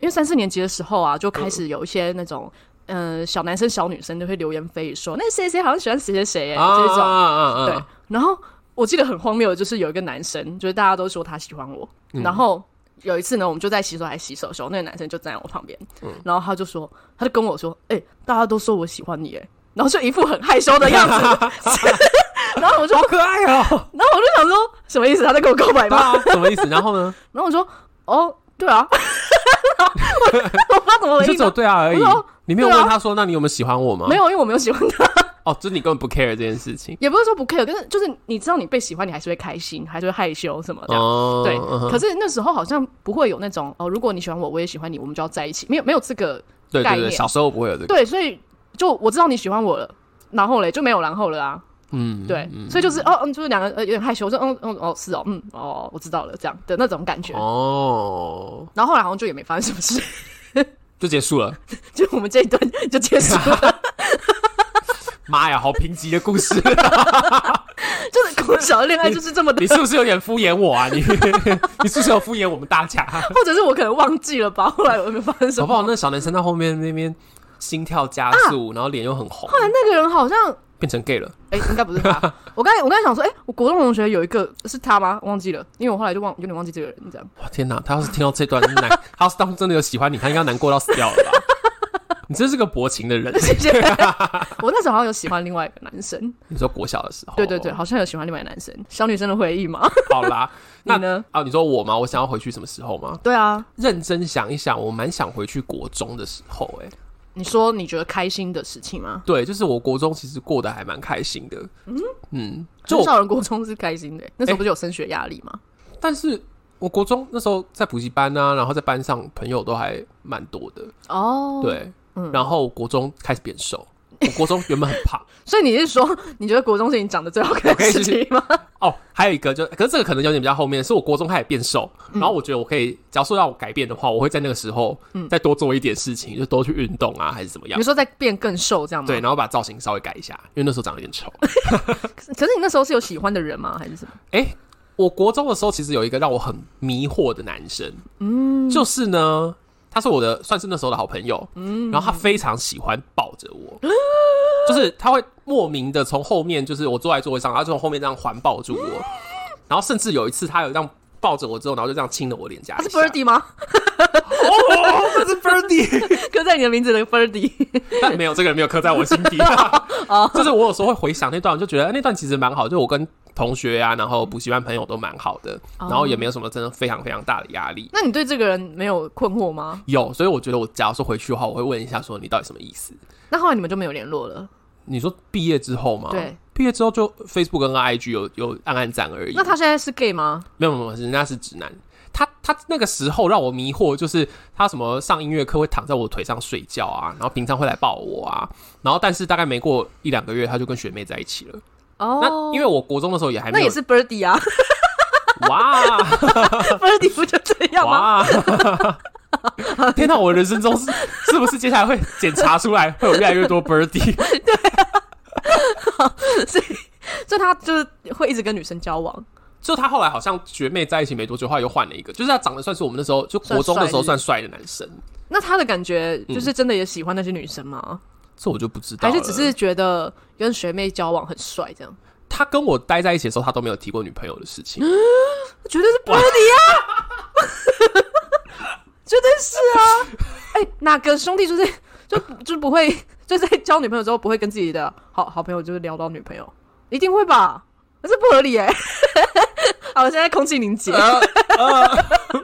[SPEAKER 1] 因为三四年级的时候啊，就开始有一些那种。呃，小男生、小女生都会流言蜚语说，那谁谁好像喜欢谁谁谁耶，
[SPEAKER 2] 啊
[SPEAKER 1] 哎这种，
[SPEAKER 2] 啊
[SPEAKER 1] 对
[SPEAKER 2] 啊！，
[SPEAKER 1] 然后我记得很荒谬，的就是有一个男生，就是大家都说他喜欢我，
[SPEAKER 2] 嗯
[SPEAKER 1] 然后有一次呢，我们就在洗手台洗手的时候，那个男生就站在我旁边，
[SPEAKER 2] 嗯
[SPEAKER 1] 然后他就说，他就跟我说，哎、大家都说我喜欢你，哎， 然后就一副很害羞的 样子，然后我就，
[SPEAKER 2] 好可爱哦、
[SPEAKER 1] 然后我就想说，什么意思？他在跟我告白
[SPEAKER 2] 对
[SPEAKER 1] 吗？
[SPEAKER 2] 啊， 什么意思？然后呢？
[SPEAKER 1] 然后我说，哦，对啊， 我我不知道怎么
[SPEAKER 2] 你
[SPEAKER 1] 回
[SPEAKER 2] 就只有
[SPEAKER 1] 应。
[SPEAKER 2] 对啊而已
[SPEAKER 1] 我说。
[SPEAKER 2] 你没有
[SPEAKER 1] 对
[SPEAKER 2] 问
[SPEAKER 1] 啊
[SPEAKER 2] 他说，那你有没有喜欢我吗？
[SPEAKER 1] 没有，因为我没有喜欢他，
[SPEAKER 2] 哦，就是你根本不 care 这件事情。
[SPEAKER 1] 也不是说不 care，但是就是你知道你被喜欢，你还是会开心，还是会害羞什么的。
[SPEAKER 2] 哦，
[SPEAKER 1] 对
[SPEAKER 2] 嗯，哼
[SPEAKER 1] 可是那时候好像不会有那种哦，如果你喜欢我，我也喜欢你，我们就要在一起，没有没有这个
[SPEAKER 2] 对
[SPEAKER 1] 概
[SPEAKER 2] 对对，
[SPEAKER 1] 念
[SPEAKER 2] 小时候不会有这个，
[SPEAKER 1] 对，所以就我知道你喜欢我了，然后嘞就没有然后了啊，
[SPEAKER 2] 嗯，
[SPEAKER 1] 对，
[SPEAKER 2] 嗯
[SPEAKER 1] 所以就是哦嗯，就是两个人呃有点害羞，说嗯嗯哦是哦嗯哦我知道了这样的那种感觉，
[SPEAKER 2] 嗯哦，
[SPEAKER 1] 然后后来好像就也没发生什么事，
[SPEAKER 2] 就结束了。
[SPEAKER 1] 就我们这一段就结束了，
[SPEAKER 2] 妈呀，好贫瘠的故 事，
[SPEAKER 1] 就是国小的恋爱就是这么的
[SPEAKER 2] 你，是不是有点敷衍我啊？你 你是不是有敷衍我们大家？
[SPEAKER 1] 或者是我可能忘记了吧，后来我也没发生什
[SPEAKER 2] 搞
[SPEAKER 1] 么，
[SPEAKER 2] 不好那小男生在后面那边心跳加
[SPEAKER 1] 啊
[SPEAKER 2] 速，然后脸又很红，
[SPEAKER 1] 那个人好像
[SPEAKER 2] 变成 gay 了。
[SPEAKER 1] 哎、应该不是他。我刚才我刚才想说，哎、我国中同学有一个是他吗？忘记了，因为我后来就忘，有点忘记这个人这样。
[SPEAKER 2] 哇，天哪！他要是听到这段，难，他要是当真的有喜欢你，他应该难过到死掉了吧？你真是个薄情的人。欸
[SPEAKER 1] 谢谢。 我那时候好像有喜欢另外一个男生，
[SPEAKER 2] 你说国小的时候，
[SPEAKER 1] 对对对，，好像有喜欢另外一个男生。小女生的回忆嘛，
[SPEAKER 2] 好啦。
[SPEAKER 1] 你
[SPEAKER 2] 那
[SPEAKER 1] 呢？
[SPEAKER 2] 啊，你说我吗？我想要回去什么时候吗？
[SPEAKER 1] 对啊，
[SPEAKER 2] 认真想一想，我蛮想回去国中的时候、欸，哎，
[SPEAKER 1] 你说你觉得开心的事情吗？
[SPEAKER 2] 对，就是我国中其实过得还蛮开心的，嗯嗯，就
[SPEAKER 1] 很
[SPEAKER 2] 我
[SPEAKER 1] 少人国中是开心的、欸那时候不是有升学压力吗？
[SPEAKER 2] 但是我国中那时候在补习班啊，然后在班上朋友都还蛮多的，
[SPEAKER 1] 哦，，
[SPEAKER 2] 对，然后国中开始变瘦，我国中原本很胖
[SPEAKER 1] 所以你是说你觉得国中是你长得最好看的事情 吗？
[SPEAKER 2] 哦，还有一个就，可是这个可能有点比较后面，是我国中开始变瘦，然后我觉得我可以，假如说让我改变的话，我会在那个时候再多做一点事情，就多去运动啊，还是怎么样
[SPEAKER 1] 你。说在变更瘦这样吗？
[SPEAKER 2] 对，。然后把造型稍微改一下，因为那时候长得有点丑。
[SPEAKER 1] 可是你那时候是有喜欢的人吗？还是什么？
[SPEAKER 2] 哎、我国中的时候其实有一个让我很迷惑的男生，嗯，就是呢，他是我的算是那时候的好朋友，嗯，然后他非常喜欢抱着我，就是他会莫名的从后面，就是我坐在座位上，他就从后面这样环抱住我，然后甚至有一次他有这样抱着我之后，然后就这样亲了我脸颊
[SPEAKER 1] 他
[SPEAKER 2] 一
[SPEAKER 1] 啊是
[SPEAKER 2] 下，
[SPEAKER 1] Birdy 吗？
[SPEAKER 2] 哦，这是 Birdy，
[SPEAKER 1] 刻在你的名字的 Birdy。
[SPEAKER 2] 但没有这个人没有刻在我心底，啊
[SPEAKER 1] 哦
[SPEAKER 2] 就是我有时候会回想那段，我就觉得哎那段其实蛮好，就我跟同学啊，然后补习班朋友都蛮好的，
[SPEAKER 1] 哦
[SPEAKER 2] 然后也没有什么真的非常非常大的压力。
[SPEAKER 1] 那你对这个人没有困惑吗？
[SPEAKER 2] 有，所以我觉得我假如说回去的话，我会问一下说你到底什么意思？
[SPEAKER 1] 那后来你们就没有联络了。
[SPEAKER 2] 你说毕业之后吗？
[SPEAKER 1] 对，
[SPEAKER 2] 毕业之后就 Facebook 跟 IG 有有暗暗赞而已。
[SPEAKER 1] 那他现在是 gay 吗？
[SPEAKER 2] 没有没有，人家是直男。他他那个时候让我迷惑，就是他什么上音乐课会躺在我腿上睡觉啊，然后平常会来抱我啊，然后但是大概没过一两个月，他就跟学妹在一起了。
[SPEAKER 1] 哦，
[SPEAKER 2] 那因为我国中的时候也还
[SPEAKER 1] 那
[SPEAKER 2] 没有
[SPEAKER 1] 也是 Birdy 啊
[SPEAKER 2] 哇
[SPEAKER 1] ，Birdy 不就 这样吗？
[SPEAKER 2] 哇，天哪！我人生中是是不是接下来会检查出来会有越来越多 birdie？
[SPEAKER 1] 所以 他就是会一直跟女生交往。
[SPEAKER 2] 就他后来好像学妹在一起没多久，后来又换了一个，就是他长得算是我们那时候就国中的时候算帅的男生，
[SPEAKER 1] 那他的感觉就是真的也喜欢那些女生吗？
[SPEAKER 2] 这我就不知道
[SPEAKER 1] 还
[SPEAKER 2] 了。
[SPEAKER 1] 是只是觉得跟学妹交往很帅这样？
[SPEAKER 2] 他跟我待在一起的时候，他都没有提过女朋友的事 情。
[SPEAKER 1] 绝对是 Birdy 啊， 绝对是啊！哎、哪个兄弟就是就就不会就在交女朋友之后不会跟自己的好好朋友就是聊到女朋友，一定会吧？那是不合理哎、 好，我现在空气凝结。
[SPEAKER 2] 呃
[SPEAKER 1] 啊
[SPEAKER 2] 呃，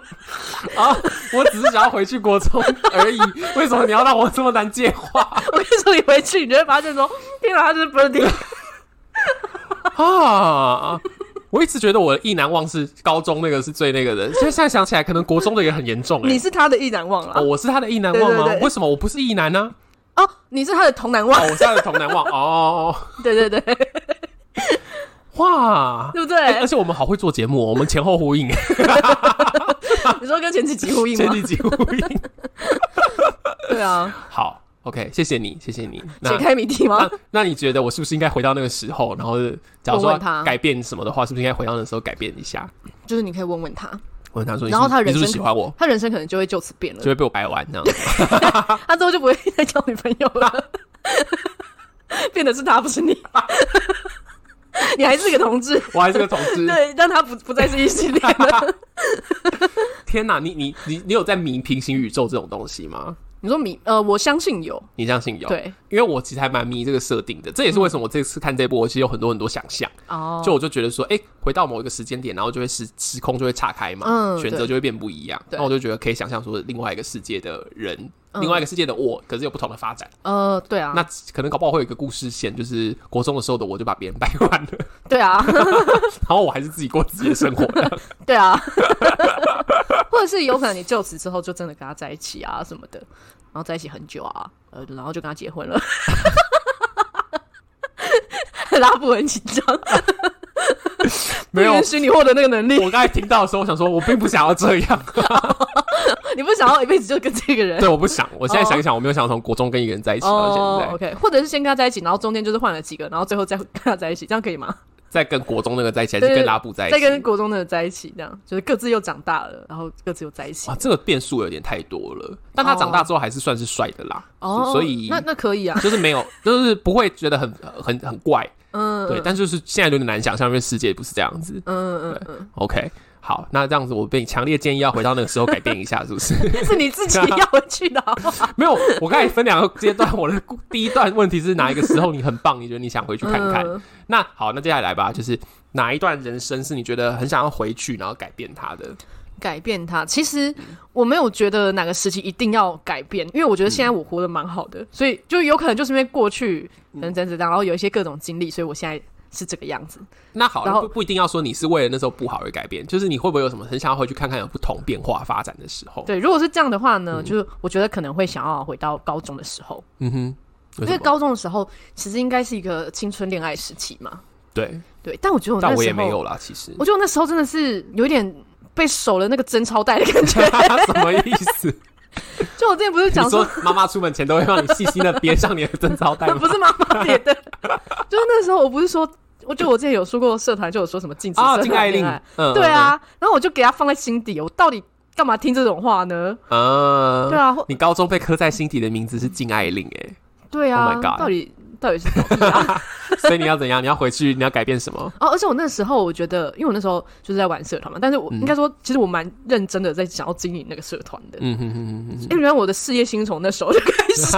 [SPEAKER 2] 啊，我只是想要回去国中而已，为什么你要让我这么难接话
[SPEAKER 1] 我跟你说，你回去你就会发现说，天哪，他就是 Birdy。
[SPEAKER 2] 啊？我一直觉得我的意难忘是高中那个是最那个 的，所以现在想起来，可能国中的也很严重哎、
[SPEAKER 1] 你是他的意难忘
[SPEAKER 2] 哦，
[SPEAKER 1] 了
[SPEAKER 2] 我是他的意难忘吗？
[SPEAKER 1] 对对对
[SPEAKER 2] 为什么我不是意难 呢？
[SPEAKER 1] 哦，你是他的童难
[SPEAKER 2] 哦
[SPEAKER 1] 忘，，
[SPEAKER 2] 我是他的童难忘哦，
[SPEAKER 1] 对对对，哎对
[SPEAKER 2] 哇！
[SPEAKER 1] 不 对？
[SPEAKER 2] 而且我们好会做节目哦、我们前后呼 应，
[SPEAKER 1] 你说啊跟前几集呼应
[SPEAKER 2] 前
[SPEAKER 1] 吗？
[SPEAKER 2] 几集呼 应。
[SPEAKER 1] 对啊，
[SPEAKER 2] 好，OK，谢谢你，谢谢你。那
[SPEAKER 1] 解开谜题吗
[SPEAKER 2] 那？那你觉得我是不是应该回到那个时候？然后，假如
[SPEAKER 1] 问
[SPEAKER 2] 说
[SPEAKER 1] 问他
[SPEAKER 2] 改变什么的话，是不是应该回到那时候改变一下？
[SPEAKER 1] 就是你可以问问他，
[SPEAKER 2] 我跟他说，你
[SPEAKER 1] 然后
[SPEAKER 2] 是不
[SPEAKER 1] 他
[SPEAKER 2] 是
[SPEAKER 1] 人
[SPEAKER 2] 你是不是
[SPEAKER 1] 生呃
[SPEAKER 2] 喜欢我，
[SPEAKER 1] 他人生可能就会就此变了
[SPEAKER 2] 就，会被我掰弯这样。
[SPEAKER 1] 他之后就不会再交女朋友了， 变的是他，不是你。 你还是个同志，
[SPEAKER 2] 我还是个同 志。
[SPEAKER 1] 对，但他不不再是异性恋了。
[SPEAKER 2] 天哪，你你你你有在迷平行宇宙这种东西吗？
[SPEAKER 1] 你说迷呃，我相信有，
[SPEAKER 2] 你相信有？，
[SPEAKER 1] 对
[SPEAKER 2] 因为我其实还蛮迷这个设定的，这也是为什么我这次看这部，我其实有很多很多想象。
[SPEAKER 1] 哦，
[SPEAKER 2] 就我就觉得说，哎、回到某一个时间点，然后就会时时空就会岔开嘛，
[SPEAKER 1] 嗯
[SPEAKER 2] 选择就会变不一样。
[SPEAKER 1] 对
[SPEAKER 2] 那我就觉得可以想象说，另外一个世界的人，
[SPEAKER 1] 嗯
[SPEAKER 2] 另外一个世界的我，可是有不同的发展。
[SPEAKER 1] 呃，对啊，
[SPEAKER 2] 那可能搞不好会有一个故事线，就是国中的时候的我就把别人掰弯了，
[SPEAKER 1] 对啊，
[SPEAKER 2] 然后我还是自己过自己的生 活的。
[SPEAKER 1] 对啊，或者是有可能你就此之后就真的跟他在一起啊什么的，然后在一起很久啊，呃，然后就跟他结婚了， 拉布很紧张，
[SPEAKER 2] 没有
[SPEAKER 1] 不，允许你获得那个能力，
[SPEAKER 2] 我刚才听到的时候，我想说，我并不想要这样。
[SPEAKER 1] 你不想要一辈子就跟这个 人
[SPEAKER 2] 对，。我不想。我现
[SPEAKER 1] 哦
[SPEAKER 2] 在想一想，我没有想要从国中跟一个人在一起到现在，
[SPEAKER 1] o k 或者是先跟他在一起，然后中间就是换了几个，然后最后再跟他在一起，这样可以吗？
[SPEAKER 2] 再跟国中那个在一起，还是
[SPEAKER 1] 对
[SPEAKER 2] 跟拉布在一
[SPEAKER 1] 再跟
[SPEAKER 2] 起？
[SPEAKER 1] 国中的在一起，这样就是各自又长大了，然后各自又在一起
[SPEAKER 2] 哇，。这个变数有点太多了。但他长大之后还是算是帅的啦，所以
[SPEAKER 1] 哦那那可以啊，
[SPEAKER 2] 就是没有，就是不会觉得很很很怪，
[SPEAKER 1] 嗯，
[SPEAKER 2] 对。但就是现在有点难想象，因为世界不是这样子。
[SPEAKER 1] 嗯嗯嗯
[SPEAKER 2] OK，好，那这样子我被强烈建议要回到那个时候改变一下，是不 是？
[SPEAKER 1] 嗯，是你自己要回去的好哦不好？
[SPEAKER 2] 没有，我刚才分两个阶段，我的故第一段问题是哪一个时候你很棒，你觉得你想回去 看看？
[SPEAKER 1] 嗯
[SPEAKER 2] 那好，那接下来吧，就是哪一段人生是你觉得很想要回去，然后改变它的？
[SPEAKER 1] 改变它。其实我没有觉得哪个时期一定要改变，因为我觉得现在我活得蛮好
[SPEAKER 2] 嗯
[SPEAKER 1] 的，所以就有可能就是因为过去等等等，然后有一些各种经历，所以我现在是这个样子。
[SPEAKER 2] 那好，
[SPEAKER 1] 然后
[SPEAKER 2] 不不一定要说你是为了那时候不好而改变，就是你会不会有什么很想要回去看看有不同变化发展的时候？
[SPEAKER 1] 对，如果是这样的话呢，就是我觉得可能会想要回到高中的时候，
[SPEAKER 2] 嗯哼，为
[SPEAKER 1] 因
[SPEAKER 2] 什
[SPEAKER 1] 为
[SPEAKER 2] 么
[SPEAKER 1] 高中的时候其实应该是一个青春恋爱时期嘛。
[SPEAKER 2] 对，
[SPEAKER 1] 对，但我觉得我那
[SPEAKER 2] 但
[SPEAKER 1] 时候
[SPEAKER 2] 我也没有啦，其实
[SPEAKER 1] 我觉得我那时候真的是有点被守了那个贞操带的 感觉。
[SPEAKER 2] 什么意思？
[SPEAKER 1] 就我之前不是
[SPEAKER 2] 你
[SPEAKER 1] 讲
[SPEAKER 2] 说妈妈出门前都会让你细心的别上你的贞操 带吗
[SPEAKER 1] 不？是妈 妈别的，就是那时候我不是说，我就我之前有说过社团就有说什么禁止
[SPEAKER 2] 啊，
[SPEAKER 1] 社
[SPEAKER 2] 禁
[SPEAKER 1] 团
[SPEAKER 2] 爱令
[SPEAKER 1] 恋爱，，
[SPEAKER 2] 嗯，
[SPEAKER 1] 对啊，然后我就给他放在心底，我到底干嘛听这种话呢？
[SPEAKER 2] 嗯，嗯
[SPEAKER 1] 对啊，或
[SPEAKER 2] 你高中被刻在心底的名字是禁爱令，哎，
[SPEAKER 1] 对
[SPEAKER 2] Oh my
[SPEAKER 1] 啊
[SPEAKER 2] god
[SPEAKER 1] 到底到底是怎么 样？
[SPEAKER 2] 所以你要怎样？你要回去，你要改变什么？
[SPEAKER 1] 哦，而且我那时候我觉得，因为我那时候就是在玩社团嘛，但是我
[SPEAKER 2] 嗯
[SPEAKER 1] 应该说，其实我蛮认真的在想要经营那个社团的，
[SPEAKER 2] 嗯哼哼哼哼哼，
[SPEAKER 1] 因为原来我的事业心从那时候就开 始。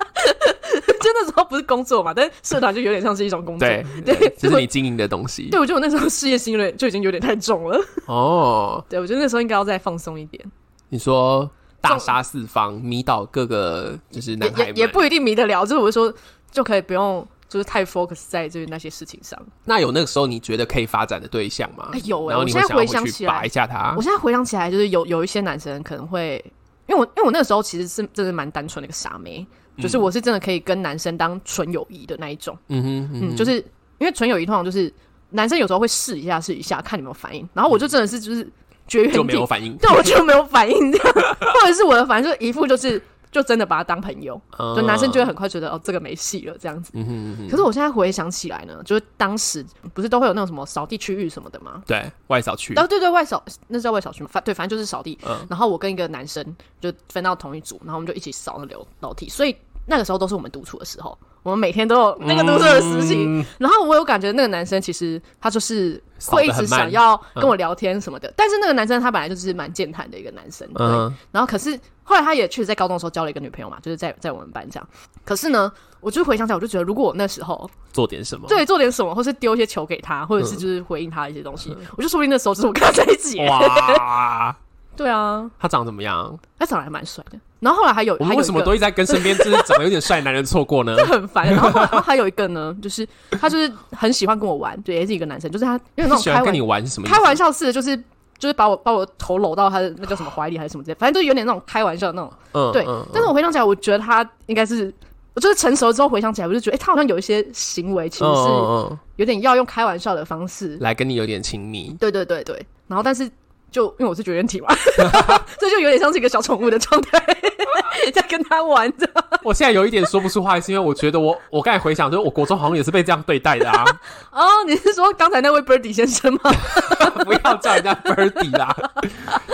[SPEAKER 1] 就那时候不是工作嘛，但是社团就有点像是一种工作。
[SPEAKER 2] 对
[SPEAKER 1] 对，
[SPEAKER 2] 这
[SPEAKER 1] 所
[SPEAKER 2] 是
[SPEAKER 1] 以
[SPEAKER 2] 你经营的东西
[SPEAKER 1] 我对，我觉得我那时候事业心有点就已经有点太重了。
[SPEAKER 2] 哦。
[SPEAKER 1] 对，我觉得那时候应该要再放松一点，
[SPEAKER 2] 你说大杀四方，迷倒各个就是
[SPEAKER 1] 也
[SPEAKER 2] 男孩
[SPEAKER 1] 也
[SPEAKER 2] 们，
[SPEAKER 1] 也不一定迷得了。就是我说，就可以不用，就是太 focus 在就是那些事情上。
[SPEAKER 2] 那有那个时候你觉得可以发展的对象吗？
[SPEAKER 1] 哎有欸
[SPEAKER 2] 然后你会
[SPEAKER 1] 我现在
[SPEAKER 2] 想
[SPEAKER 1] 回
[SPEAKER 2] 要
[SPEAKER 1] 想
[SPEAKER 2] 回
[SPEAKER 1] 起
[SPEAKER 2] 去
[SPEAKER 1] 来
[SPEAKER 2] 拔一下他
[SPEAKER 1] 我。现在回想起来，就是有有一些男生可能会，因为我因为我那个时候其实是真的蛮单纯的一个傻妹，就是我是真的可以跟男生当纯友谊的那一种。
[SPEAKER 2] 嗯哼，嗯
[SPEAKER 1] 嗯，
[SPEAKER 2] 哼，
[SPEAKER 1] 就是因为纯友谊通常就是男生有时候会试一下试一下，看你有没有反应，然后我就真的是就是绝缘
[SPEAKER 2] 就没
[SPEAKER 1] 体
[SPEAKER 2] 有，反应，
[SPEAKER 1] 对我就没有反应这样，或者是我的反应就是一副就是就真的把他当朋友，
[SPEAKER 2] 嗯
[SPEAKER 1] 就男生就会很快觉得哦这个没戏了这样子。
[SPEAKER 2] 嗯哼嗯哼，
[SPEAKER 1] 可是我现在回想起来呢，就是当时不是都会有那种什么扫地区域什么的吗？
[SPEAKER 2] 对外扫去
[SPEAKER 1] 然，后对对外扫，那是叫外扫区吗？反对，反正就是扫地。
[SPEAKER 2] 嗯
[SPEAKER 1] 然后我跟一个男生就分到同一组，然后我们就一起扫那楼楼梯。所以那个时候都是我们独处的时候，我们每天都有那个独处的时期。
[SPEAKER 2] 嗯
[SPEAKER 1] 然后我有感觉那个男生其实他就是会一直
[SPEAKER 2] 扫得很
[SPEAKER 1] 想
[SPEAKER 2] 慢嗯
[SPEAKER 1] 要跟我聊天什么的，但是那个男生他本来就是蛮健谈的一个男生，对。
[SPEAKER 2] 嗯
[SPEAKER 1] 然后可是后来他也确实在高中的时候交了一个女朋友嘛，就是在在我们班这样。可是呢，我就回想起来，我就觉得如果我那时候
[SPEAKER 2] 做点什么？
[SPEAKER 1] 对做点什么，或是丢一些球给他，或者
[SPEAKER 2] 嗯
[SPEAKER 1] 是就是回应他一些东西，我就说不定那时候就是我跟他在一起耶。
[SPEAKER 2] 哇，
[SPEAKER 1] 对啊，
[SPEAKER 2] 他长得怎么样？
[SPEAKER 1] 他长得还蛮帅的。然后后来还有
[SPEAKER 2] 我
[SPEAKER 1] 还
[SPEAKER 2] 们
[SPEAKER 1] 有
[SPEAKER 2] 为
[SPEAKER 1] 一
[SPEAKER 2] 什么
[SPEAKER 1] 个
[SPEAKER 2] 都一直在跟身边就是长得有点帅的男人错过呢？
[SPEAKER 1] 很烦。然后后来然后还有一个呢，就是他就是很喜欢跟我玩，对，也是一个男生，就是他因为 那
[SPEAKER 2] 他
[SPEAKER 1] 种
[SPEAKER 2] 喜
[SPEAKER 1] 开
[SPEAKER 2] 欢跟
[SPEAKER 1] 玩
[SPEAKER 2] 你玩是什么意思？
[SPEAKER 1] 开玩笑式的，就是就是把我把我头搂到他的那叫什么怀里还是什么之类，反正就是有点那种开玩笑的那种。
[SPEAKER 2] 嗯，
[SPEAKER 1] 对，
[SPEAKER 2] 嗯
[SPEAKER 1] 但是我回想起来，我觉得他应该是。我就是成熟之后回想起来，我就觉得，哎、他好像有一些行为，其实
[SPEAKER 2] 嗯
[SPEAKER 1] 是
[SPEAKER 2] 嗯嗯
[SPEAKER 1] 有点要用开玩笑的方式
[SPEAKER 2] 嗯，来跟你有点亲密。
[SPEAKER 1] 对对对对，然后但是就因为我是绝缘体嘛， 这就有点像是一个小宠物的状态， 在跟他玩着。
[SPEAKER 2] 我现在有一点说不出话来，是因为我觉得我我刚才回想，就是我国中好像也是被这样对待的啊！
[SPEAKER 1] 哦，你是说刚才那位 Birdy 先生吗？
[SPEAKER 2] 不要叫人家 Birdy 啦。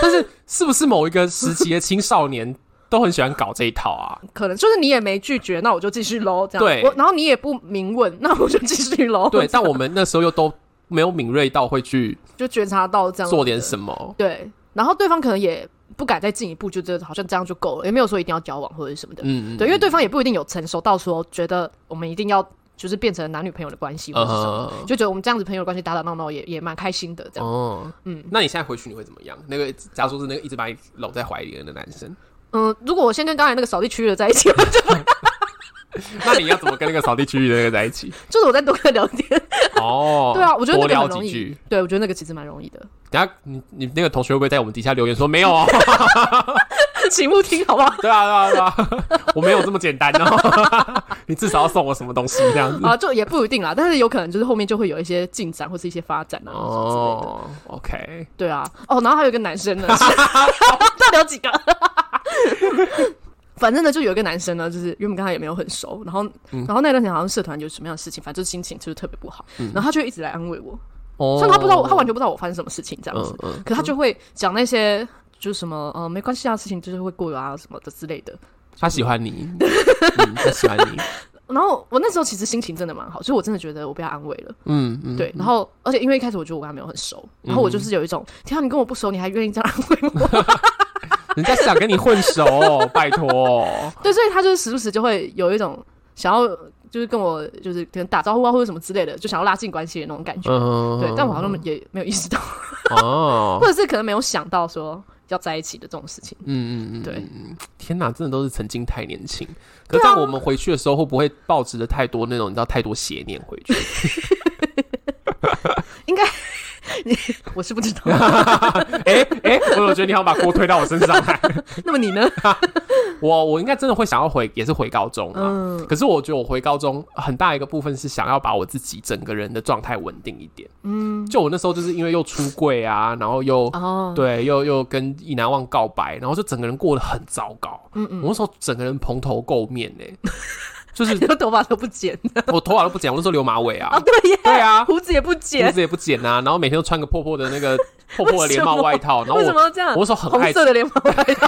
[SPEAKER 2] 但是是不是某一个时期的青少年都很喜欢搞这一套 啊？
[SPEAKER 1] 可能就是你也没拒绝，那我就继续喽，这样。
[SPEAKER 2] 对
[SPEAKER 1] 我然后你也不明问，那我就继续喽。
[SPEAKER 2] 对，但我们那时候又都没有敏锐到会去
[SPEAKER 1] 就觉察到这样
[SPEAKER 2] 做点
[SPEAKER 1] 么。
[SPEAKER 2] 什么。
[SPEAKER 1] 对，然后对方可能也不敢再进一步，就觉得好像这样就够了，也没有说一定要交往或者什么的。
[SPEAKER 2] 嗯，嗯
[SPEAKER 1] 对，因为对方也不一定有成熟到说觉得我们一定要就是变成男女朋友的关系或者是什么
[SPEAKER 2] 嗯哼
[SPEAKER 1] 就觉得我们这样子朋友的关系打打闹闹也也蛮开心的这样。
[SPEAKER 2] 哦，
[SPEAKER 1] 嗯
[SPEAKER 2] 那你现在回去你会怎么样？那个假如说是那个一直把你搂在怀里的那个男生，
[SPEAKER 1] 嗯，如果我先跟刚才那个扫地区的在一 起，我就
[SPEAKER 2] 那你要怎么跟那个扫地区域的那个在一起？
[SPEAKER 1] 就是我在多跟他聊天。
[SPEAKER 2] 哦，
[SPEAKER 1] 对啊，我觉得
[SPEAKER 2] 多
[SPEAKER 1] 那个
[SPEAKER 2] 聊
[SPEAKER 1] 很容
[SPEAKER 2] 几
[SPEAKER 1] 易
[SPEAKER 2] 句。。
[SPEAKER 1] 对，我觉得那个其实蛮容易的，
[SPEAKER 2] 等下你你那个同学会不会在我们底下留言说没有哦？
[SPEAKER 1] 请勿听，好不 好？
[SPEAKER 2] 对啊对啊对啊，我没有这么简单哦。 你至少要送我什么东西这样子。
[SPEAKER 1] 啊，就也不一定啦，但是有可能就是后面就会有一些进展或是一些发展啊什么之类的。
[SPEAKER 2] 哦，OK，
[SPEAKER 1] 对啊，哦，然后还有一个男生 呢，到底有几个？ 反正呢，就有一个男生呢，就是因为我们跟他也没有很熟，然后，然后那段时间好像社团有什么样的事情，反正就是心情就是特别不好，然后他就一直来安慰我，
[SPEAKER 2] 哦
[SPEAKER 1] 虽然他不知道我，他完全不知道我发生什么事情这样子
[SPEAKER 2] 嗯，嗯，
[SPEAKER 1] 可他就会讲那些就是什么呃没关系啊，事情就是会过啊什么的之类的。
[SPEAKER 2] 他喜欢你，嗯他喜欢你，
[SPEAKER 1] 然后我那时候其实心情真的蛮好，所以我真的觉得我被他安慰了。
[SPEAKER 2] 嗯嗯，
[SPEAKER 1] 对，然后而且因为一开始我觉得我跟他没有很熟，然后我就是有一种，天啊，你跟我不熟，你还愿意这样安慰我？
[SPEAKER 2] 人家想跟你混熟哦，拜托。
[SPEAKER 1] 对，所以他就是时不时就会有一种想要就是跟我就是可能打招呼啊或者什么之类的，就想要拉近关系的那种感觉。
[SPEAKER 2] 嗯，
[SPEAKER 1] 对，但我好像也没有意识到，
[SPEAKER 2] 哦
[SPEAKER 1] 或，者是可能没有想到说要在一起的这种事情。
[SPEAKER 2] 嗯嗯嗯，
[SPEAKER 1] 对啊
[SPEAKER 2] 嗯，嗯天哪，真的都是曾经太年轻。可是当我们回去的时候，会不会抱持着太多那种你知道太多邪念回去？
[SPEAKER 1] 我是不知道，
[SPEAKER 2] 哎哎，我有觉得你好像把锅推到我身上来。
[SPEAKER 1] 那么你呢？
[SPEAKER 2] 我我应该真的会想要回，也是回高中啊。
[SPEAKER 1] 嗯
[SPEAKER 2] 可是我觉得我回高中很大一个部分是想要把我自己整个人的状态稳定一点。
[SPEAKER 1] 嗯，
[SPEAKER 2] 就我那时候就是因为又出柜啊，然后又
[SPEAKER 1] 哦，
[SPEAKER 2] 对，又又跟意难忘告白，然后就整个人过得很糟糕。
[SPEAKER 1] 嗯
[SPEAKER 2] 我那时候整个人蓬头垢面呢、就是
[SPEAKER 1] 你的头发 都不剪的
[SPEAKER 2] 我头发都不剪，我那时候留马尾啊
[SPEAKER 1] 哦，，对耶，
[SPEAKER 2] 对啊
[SPEAKER 1] 胡子也不
[SPEAKER 2] 胡
[SPEAKER 1] 剪，
[SPEAKER 2] 子也不剪啊，然后每天都穿个破破的 那个破破的连帽外套，然后
[SPEAKER 1] 为什
[SPEAKER 2] 我
[SPEAKER 1] 么要这样
[SPEAKER 2] 我？那时候很
[SPEAKER 1] 红
[SPEAKER 2] 爱，
[SPEAKER 1] 色的连帽外套，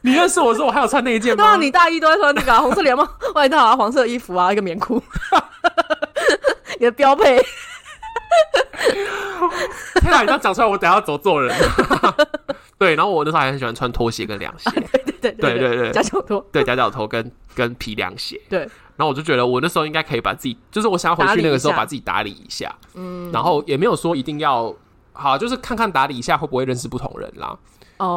[SPEAKER 2] 你认识我的时候我还有穿那一件
[SPEAKER 1] 对啊，
[SPEAKER 2] 吗？
[SPEAKER 1] 你大一都在穿那个啊、红色连帽外套啊，黄色衣服啊，一个棉裤， 你的标配。
[SPEAKER 2] 天啊，你这样讲出来，我等下要走做人。 对，然后我那时候还很喜欢穿拖鞋跟凉 鞋，
[SPEAKER 1] 对
[SPEAKER 2] 对对对
[SPEAKER 1] 加小多，
[SPEAKER 2] 对，夹脚头跟跟皮凉鞋。
[SPEAKER 1] 对，
[SPEAKER 2] 然后我就觉得我那时候应该可以把自己，就是我想要回去那个时候
[SPEAKER 1] 打理一下
[SPEAKER 2] 把自己打理一下，嗯，然后也没有说一定要。好，就是看看打理一下会不会认识不同人啦，
[SPEAKER 1] 哦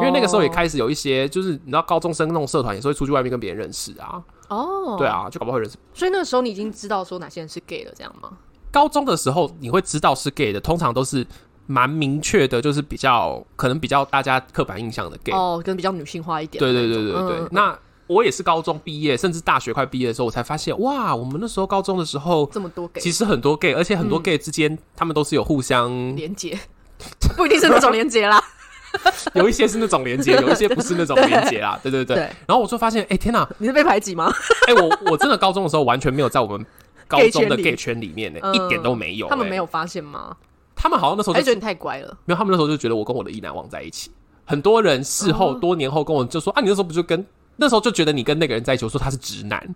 [SPEAKER 2] 因为那个时候也开始有一些，就是你知道高中生那种社团也是会出去外面跟别人认识啊，
[SPEAKER 1] 哦，
[SPEAKER 2] 对，啊，就搞不好会认识。
[SPEAKER 1] 所以那个时候你已经知道说哪些人是 gay 了，这样吗？
[SPEAKER 2] 高中的时候你会知道是 gay 的，通常都是蛮明确的，就是比较可能比较大家刻板印象的 gay，、
[SPEAKER 1] 哦，跟比较女性化一点，
[SPEAKER 2] 对对对对对对。
[SPEAKER 1] 嗯嗯
[SPEAKER 2] 那我也是高中毕业，甚至大学快毕业的时候，我才发现，哇，我们那时候高中的时 候，
[SPEAKER 1] 这么多 gay
[SPEAKER 2] 其实很多 gay，而且很
[SPEAKER 1] 嗯
[SPEAKER 2] 多 gay 之间、他们都是有互 相，
[SPEAKER 1] 连接，不一定是那种连接啦，
[SPEAKER 2] 有一些是那种连接，有一些不是那种连接 啦，对对对。
[SPEAKER 1] 对
[SPEAKER 2] 然后我就发现，哎、天哪、
[SPEAKER 1] 你是被排挤吗？
[SPEAKER 2] 哎、我我真的高中的时候完全没有在我们。高
[SPEAKER 1] gay
[SPEAKER 2] 中的
[SPEAKER 1] 圈里
[SPEAKER 2] gay 圈里面呢、哎
[SPEAKER 1] 嗯
[SPEAKER 2] 一点都没有、
[SPEAKER 1] 他们
[SPEAKER 2] 哎
[SPEAKER 1] 没有，发现吗？
[SPEAKER 2] 他们好像那时候
[SPEAKER 1] 还
[SPEAKER 2] 就是
[SPEAKER 1] 觉得你太乖了？
[SPEAKER 2] 没有，他们那时候就觉得我跟我的意男忘在一起。很多人事后多年后跟我就说、啊，你那时候不就跟那时候就觉得你跟那个人在一起，我说他是直男，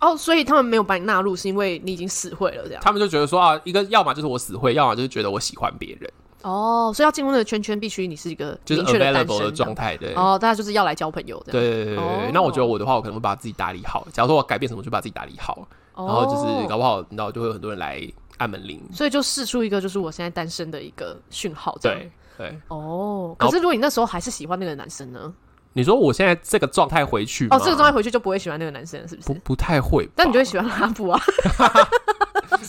[SPEAKER 1] 哦，所以他们没有把你纳入，是因为你已经死会了这样。
[SPEAKER 2] 他们就觉得说啊，一个要么就是我死会，要么就是觉得我喜欢别人。
[SPEAKER 1] 哦，所以要进入那个圈圈，必须你是一个
[SPEAKER 2] 就是
[SPEAKER 1] 明确的单
[SPEAKER 2] available 的
[SPEAKER 1] 身这样
[SPEAKER 2] 状态，对。
[SPEAKER 1] 哦，大家就是要来交朋友的。
[SPEAKER 2] 对，对对对
[SPEAKER 1] 哦
[SPEAKER 2] 对，那我觉得我的话，我可能会把自己打理好。假如说我改变什么，就把自己打理好，
[SPEAKER 1] 然
[SPEAKER 2] 然后
[SPEAKER 1] 哦
[SPEAKER 2] 就是搞不好，你知道，就会有很多人来按门铃。
[SPEAKER 1] 所以就试出一个就是我现在单身的一个讯号。这样
[SPEAKER 2] 对，对，
[SPEAKER 1] 哦，
[SPEAKER 2] 然
[SPEAKER 1] 可
[SPEAKER 2] 后
[SPEAKER 1] 是如果你那时候还是喜欢那个男生呢？
[SPEAKER 2] 你说我现在这个状态回去吗
[SPEAKER 1] 哦，这个状态回去就不会喜欢那个男生，是不
[SPEAKER 2] 不
[SPEAKER 1] 是？
[SPEAKER 2] 不太会吧，
[SPEAKER 1] 但你就会喜欢拉布 啊？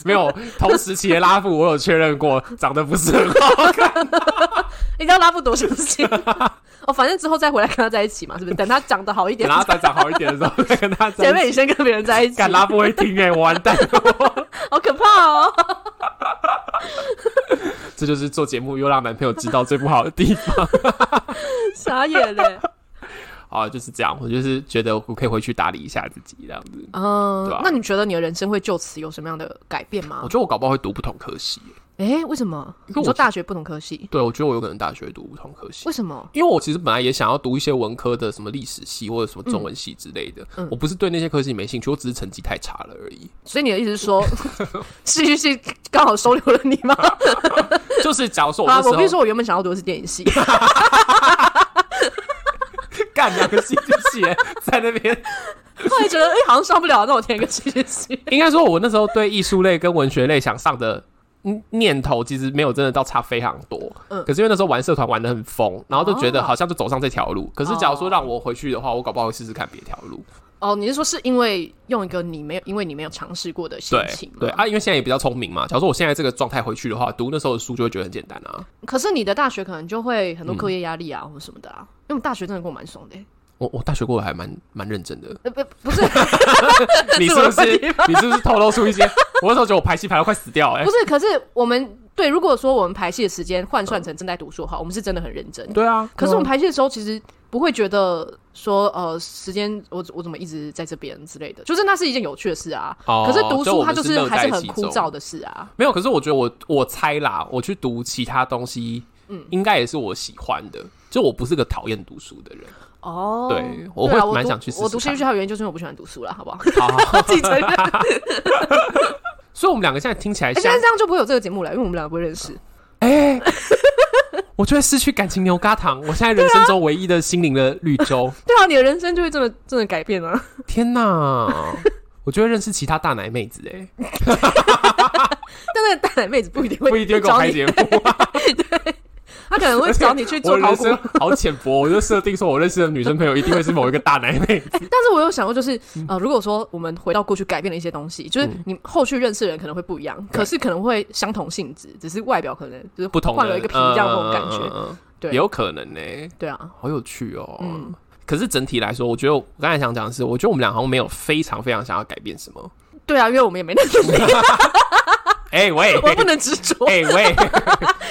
[SPEAKER 2] 没有同时期的拉布，我有确认过， 长得不是很好看。
[SPEAKER 1] 你知道拉布多伤心？ 哦，反正之后再回来跟他在一起嘛，是不 是？等他长得好一点
[SPEAKER 2] 等，他再长好一点的时候，再跟他在一
[SPEAKER 1] 前
[SPEAKER 2] 起
[SPEAKER 1] 面你先跟别人在一起，
[SPEAKER 2] 干拉布会听哎、我完蛋了！
[SPEAKER 1] 好可怕哦！
[SPEAKER 2] 这就是做节目又让男朋友知道最不好的地方
[SPEAKER 1] 傻 眼嘞。
[SPEAKER 2] 啊，就是这样。我就是觉得我可以回去打理一下自己这样子。
[SPEAKER 1] 嗯
[SPEAKER 2] 对啊，
[SPEAKER 1] 那你觉得你的人生会就此有什么样的改变吗
[SPEAKER 2] 我？觉得我搞不好会读不同科系、
[SPEAKER 1] 诶，为什么？
[SPEAKER 2] 为我
[SPEAKER 1] 你说大学不同科系，
[SPEAKER 2] 对，我觉得我有可能大学读不同科系
[SPEAKER 1] 为，什么？
[SPEAKER 2] 因为我其实本来也想要读一些文科的，什么历史系或者什么中文系之类的。
[SPEAKER 1] 嗯
[SPEAKER 2] 我不是对那些科系没兴趣，我只是成绩太差了而已。
[SPEAKER 1] 所以你的意思 是说，戏剧系刚好收留了你吗？
[SPEAKER 2] 就是假如说我
[SPEAKER 1] 啊，
[SPEAKER 2] 那时
[SPEAKER 1] 我
[SPEAKER 2] 候
[SPEAKER 1] 必须说，我原本想要读的是电 影系，
[SPEAKER 2] 干两个戏剧系欸在那边，
[SPEAKER 1] 后来觉得哎、好像上不了，那我填一个戏剧系。
[SPEAKER 2] 应该说我那时候对艺术类跟文学类想上的。嗯念头其实没有真的到差非常多，
[SPEAKER 1] 嗯
[SPEAKER 2] 可是因为那时候玩社团玩的很疯，然后就觉得
[SPEAKER 1] 哦
[SPEAKER 2] 好像就走上这条路。可是假如说
[SPEAKER 1] 哦
[SPEAKER 2] 让我回去的话，我搞不好会试试看别条路。
[SPEAKER 1] 哦，你是说是因为用一个你没有，因为你没有尝试过的心
[SPEAKER 2] 对
[SPEAKER 1] 情吗
[SPEAKER 2] 对啊，因为现在也比较聪明嘛。假如说我现在这个状态回去的话，读那时候的书就会觉得很简单啊。
[SPEAKER 1] 可是你的大学可能就会很多
[SPEAKER 2] 嗯
[SPEAKER 1] 课业压力啊，或什么的啊。因为我们大学真的过蛮爽的欸、
[SPEAKER 2] 我我大学过得还蛮蛮认
[SPEAKER 1] ，
[SPEAKER 2] 真的
[SPEAKER 1] 呃不不 是
[SPEAKER 2] 你是不
[SPEAKER 1] 什么
[SPEAKER 2] 是
[SPEAKER 1] 地
[SPEAKER 2] 你是不是透露出一些？我那时候觉得我排戏排到快死掉哎、
[SPEAKER 1] 不是，可是我们对，如果说我们排戏的时间换算成正在读书的话，我们是真的很认真。
[SPEAKER 2] 对啊，
[SPEAKER 1] 可是我们
[SPEAKER 2] 对啊
[SPEAKER 1] 排戏的时候，其实不会觉得说呃时间我我怎么一直在这边之类的，就是那是一件有趣的事啊。
[SPEAKER 2] 哦
[SPEAKER 1] 可是
[SPEAKER 2] 所
[SPEAKER 1] 读
[SPEAKER 2] 以
[SPEAKER 1] 书
[SPEAKER 2] 我
[SPEAKER 1] 它
[SPEAKER 2] 们
[SPEAKER 1] 就是
[SPEAKER 2] 乐
[SPEAKER 1] 还是
[SPEAKER 2] 在
[SPEAKER 1] 很
[SPEAKER 2] 其
[SPEAKER 1] 枯
[SPEAKER 2] 中
[SPEAKER 1] 燥的事啊。
[SPEAKER 2] 没有。可是我觉得我我猜啦，我去读其他东西，嗯，应该也是我喜欢的。就我不是个讨厌读书的人，
[SPEAKER 1] 哦，
[SPEAKER 2] 对我
[SPEAKER 1] 对啊
[SPEAKER 2] 会蛮
[SPEAKER 1] 读
[SPEAKER 2] 想去试
[SPEAKER 1] 我
[SPEAKER 2] 试
[SPEAKER 1] 读戏
[SPEAKER 2] 看
[SPEAKER 1] 剧系的原因就是因为我不喜欢读书了，好 不好？
[SPEAKER 2] 好好好
[SPEAKER 1] 自己承认。哎
[SPEAKER 2] 所以我们两个现在听起来
[SPEAKER 1] 现
[SPEAKER 2] 像
[SPEAKER 1] 在，这样就不会有这个节目了，因为我们两个不会认识。
[SPEAKER 2] 哎、我就会失去感情牛轧糖。我现在人生中唯一的心灵的绿 洲，
[SPEAKER 1] 对啊，你的人生就会真的真的改变啊。
[SPEAKER 2] 天哪！我就会认识其他大奶妹子哎、
[SPEAKER 1] 但那个大奶妹子不一定会
[SPEAKER 2] 不一定会跟我
[SPEAKER 1] 找
[SPEAKER 2] 开
[SPEAKER 1] 你，
[SPEAKER 2] 节目。
[SPEAKER 1] 她可能会 找你去
[SPEAKER 2] 我
[SPEAKER 1] 做考
[SPEAKER 2] 人
[SPEAKER 1] 古。
[SPEAKER 2] 生好浅薄，我就设定说我认识的女生朋友一定会是某一个大奶妹。
[SPEAKER 1] 但是我有想过，就是
[SPEAKER 2] 嗯
[SPEAKER 1] 呃，如果说我们回到过去改变了一些东西，就是你后续认识的人可能会不一样，可是可能会相同性质，只是外表可能就是
[SPEAKER 2] 不同的
[SPEAKER 1] 换了一个皮这样那种感
[SPEAKER 2] 嗯
[SPEAKER 1] 觉。
[SPEAKER 2] 嗯嗯
[SPEAKER 1] 对
[SPEAKER 2] 也有可能呢、
[SPEAKER 1] 对啊，
[SPEAKER 2] 好有趣哦。
[SPEAKER 1] 嗯
[SPEAKER 2] 可是整体来说，我觉得我刚才想讲的是，我觉得我们俩好像没有非常非常想要改变什 么。
[SPEAKER 1] 对啊，因为我们也没那能 力，
[SPEAKER 2] 哎、喂，
[SPEAKER 1] 我不能执着，
[SPEAKER 2] 哎、喂，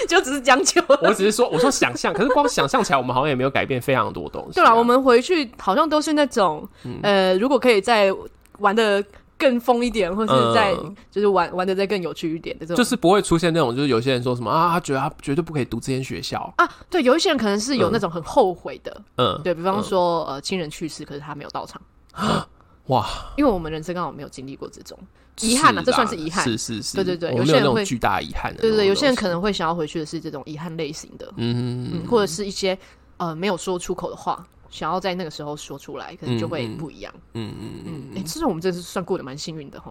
[SPEAKER 1] 就只是将就。
[SPEAKER 2] 我只是说，我说想象，可是光想象起来，我们好像也没有改变非常多东西、
[SPEAKER 1] 对
[SPEAKER 2] 啊，
[SPEAKER 1] 啊，我们回去好像都是那种呃，如果可以再玩的更疯一点，或是再
[SPEAKER 2] 嗯
[SPEAKER 1] 就是玩玩的再更有趣一点的这种。
[SPEAKER 2] 就是不会出现那种，就是有些人说什么啊，他觉得他绝对不可以读这间学校。
[SPEAKER 1] 啊，对，有一些人可能是有那种很后悔的，
[SPEAKER 2] 嗯，
[SPEAKER 1] 对比方说、呃亲人去世，可是他没有到场，
[SPEAKER 2] 哇，
[SPEAKER 1] 因为我们人生刚好没有经历过这种遗憾啊，
[SPEAKER 2] 是
[SPEAKER 1] 这
[SPEAKER 2] 啦
[SPEAKER 1] 算是遗憾。
[SPEAKER 2] 是是是，
[SPEAKER 1] 对对对
[SPEAKER 2] 我们
[SPEAKER 1] 有
[SPEAKER 2] 没
[SPEAKER 1] 些
[SPEAKER 2] 有
[SPEAKER 1] 人
[SPEAKER 2] 那种
[SPEAKER 1] 会
[SPEAKER 2] 巨大遗憾的啊那
[SPEAKER 1] 对
[SPEAKER 2] 种东西。
[SPEAKER 1] 对对，有些人可能会想要回去的是这种遗憾类型的，
[SPEAKER 2] 嗯，
[SPEAKER 1] 嗯，或者是一些呃没有说出口的话，想要在那个时候说出来，可能就会不一样。嗯嗯嗯，哎、其实我们真的是算过得蛮幸运的哈。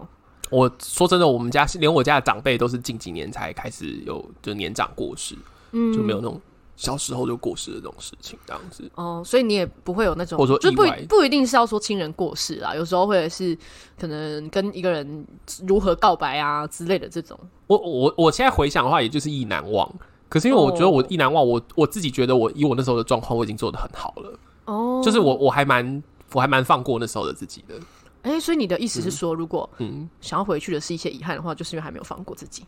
[SPEAKER 2] 我说真的，我们家连我家的长辈都是近几年才开始有就年长过世，就没有
[SPEAKER 1] 嗯
[SPEAKER 2] 那种小时候就过世的这种事情，这样子。
[SPEAKER 1] 哦、所以你也不会有那种，
[SPEAKER 2] 或者说
[SPEAKER 1] 就不
[SPEAKER 2] 意外
[SPEAKER 1] 不一定是要说亲人过世啊，有时候或者是可能跟一个人如何告白啊之类的这种。
[SPEAKER 2] 我我我现在回想的话，也就是意难忘。可是因为我觉得
[SPEAKER 1] 哦
[SPEAKER 2] 我意难忘，我我自己觉得我以我那时候的状况，我已经做的很好了，
[SPEAKER 1] 哦，
[SPEAKER 2] 就是我我还蛮我还蛮放过那时候的自己的。
[SPEAKER 1] 哎、所以你的意
[SPEAKER 2] 嗯
[SPEAKER 1] 思是说，如果想要回去的是一些遗憾的话，就是因为还没有放过自
[SPEAKER 2] 嗯
[SPEAKER 1] 己，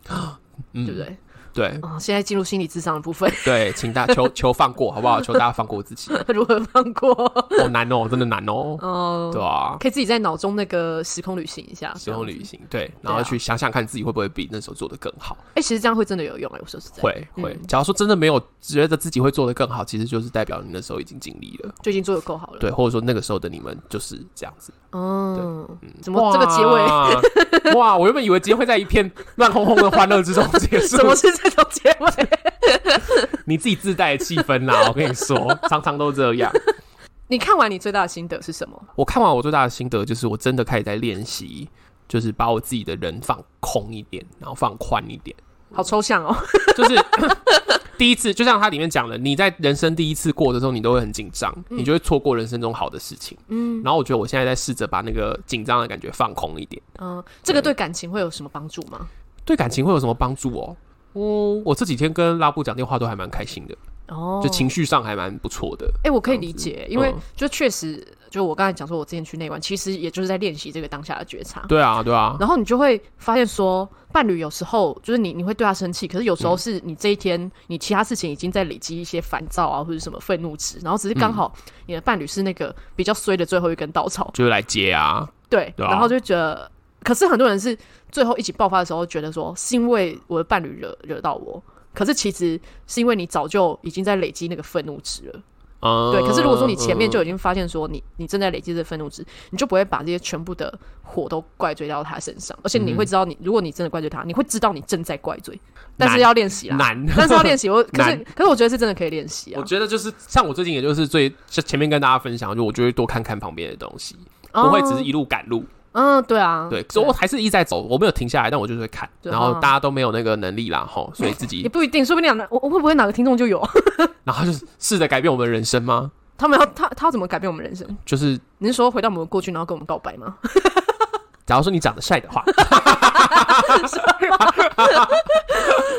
[SPEAKER 1] 对不对？
[SPEAKER 2] 对
[SPEAKER 1] 啊、现在进入心理智商的部分，
[SPEAKER 2] 对，请大求求放过好不好？求大家放过自己，哦
[SPEAKER 1] 如何放过？
[SPEAKER 2] 好难哦，真的难哦，
[SPEAKER 1] 哦、
[SPEAKER 2] 对啊，
[SPEAKER 1] 可以自己在脑中那个时空旅行一下，
[SPEAKER 2] 时空旅
[SPEAKER 1] 行。
[SPEAKER 2] 行，对，然后
[SPEAKER 1] 对啊
[SPEAKER 2] 去想想看自己会不会比那时候做的更好。
[SPEAKER 1] 哎、其实这样会真的有用哎、我说实在，
[SPEAKER 2] 会会，假如说真的没有觉得自己会做得更好，其实就是代表你那时候已经经历了，
[SPEAKER 1] 就已经做的够好了。
[SPEAKER 2] 对，或者说那个时候的你们就是这样子。
[SPEAKER 1] 嗯，怎么
[SPEAKER 2] 哇
[SPEAKER 1] 这个结尾？
[SPEAKER 2] 哇，我原本以为今天会在一片乱哄哄的欢乐之中好结束
[SPEAKER 1] 怎，么是这种结尾？
[SPEAKER 2] 你自己自带的气氛啦。我跟你说，常常都这样。
[SPEAKER 1] 你看完你最大的心得是什么？
[SPEAKER 2] 我看完我最大的心得就是，我真的开始在练习，就是把我自己的人放空一点，然后放宽一点。
[SPEAKER 1] 好抽象哦。
[SPEAKER 2] 就是 第一次，就像它里面讲了，你在人生第一次过的时候，你都会很紧张，你就会错过人生中好的事情。嗯，然后我觉得我现在在试着把那个紧张的感觉放空一点。
[SPEAKER 1] 嗯，这个对感情会有什么帮助吗？
[SPEAKER 2] 对感情会有什么帮助哦？嗯，我这几天跟拉布讲电话都还蛮开心的，
[SPEAKER 1] 哦
[SPEAKER 2] 就情绪上还蛮不错的。
[SPEAKER 1] 哎、我可以
[SPEAKER 2] 这
[SPEAKER 1] 理
[SPEAKER 2] 样子
[SPEAKER 1] 解，因为
[SPEAKER 2] 嗯
[SPEAKER 1] 就确实，就我刚才讲说，我之前去内观，其实也就是在练习这个当下的觉察。
[SPEAKER 2] 对啊，对啊，
[SPEAKER 1] 然后你就会发现说，伴侣有时候就是你，你会对他生气，可是有
[SPEAKER 2] 嗯
[SPEAKER 1] 时候是你这一天，你其他事情已经在累积一些烦躁啊，或者什么愤怒值，然后只是
[SPEAKER 2] 嗯
[SPEAKER 1] 刚好你的伴侣是那个比较衰的最后一根稻草，
[SPEAKER 2] 就是来接啊。
[SPEAKER 1] 对，
[SPEAKER 2] 对啊
[SPEAKER 1] 然后就觉得，可是很多人是最后一起爆发的时候，觉得说是因为我的伴侣惹惹到我，可是其实是因为你早就已经在累积那个愤怒值了。
[SPEAKER 2] 嗯，
[SPEAKER 1] 对，可是如果说你前面
[SPEAKER 2] 嗯
[SPEAKER 1] 就已经发现说你你正在累积这愤怒值，你就不会把这些全部的火都怪罪到他身
[SPEAKER 2] 嗯
[SPEAKER 1] 上，而且你会知道你，如果你真的怪罪他，你会知道你正在怪罪，但是
[SPEAKER 2] 难
[SPEAKER 1] 要练习啦，
[SPEAKER 2] 嗯 难，
[SPEAKER 1] 但是要练习。啊我可 是
[SPEAKER 2] 难
[SPEAKER 1] 可是我觉得是真的可以练习啊
[SPEAKER 2] 我，觉得就是像我最近，也就是最就前面跟大家分享，就我就会多看看旁边的东西，
[SPEAKER 1] 哦
[SPEAKER 2] 不会只是一路赶路。
[SPEAKER 1] 嗯，对啊，
[SPEAKER 2] 对，嗯所以我还是一直在走，我没有停下来，但我就是会看。
[SPEAKER 1] 对
[SPEAKER 2] 然后
[SPEAKER 1] 啊
[SPEAKER 2] 大家都没有那个能力啦， 吼，所以自
[SPEAKER 1] 也
[SPEAKER 2] 己，
[SPEAKER 1] 不一定，说不定哪我我会不会哪个听众就有，
[SPEAKER 2] 然后就是试着改变我们的人生吗？
[SPEAKER 1] 他们要他他要怎么改变我们人生？
[SPEAKER 2] 就是
[SPEAKER 1] 你是说回到我们过去，然后跟我们告白吗？
[SPEAKER 2] 假如说你长得帅的话，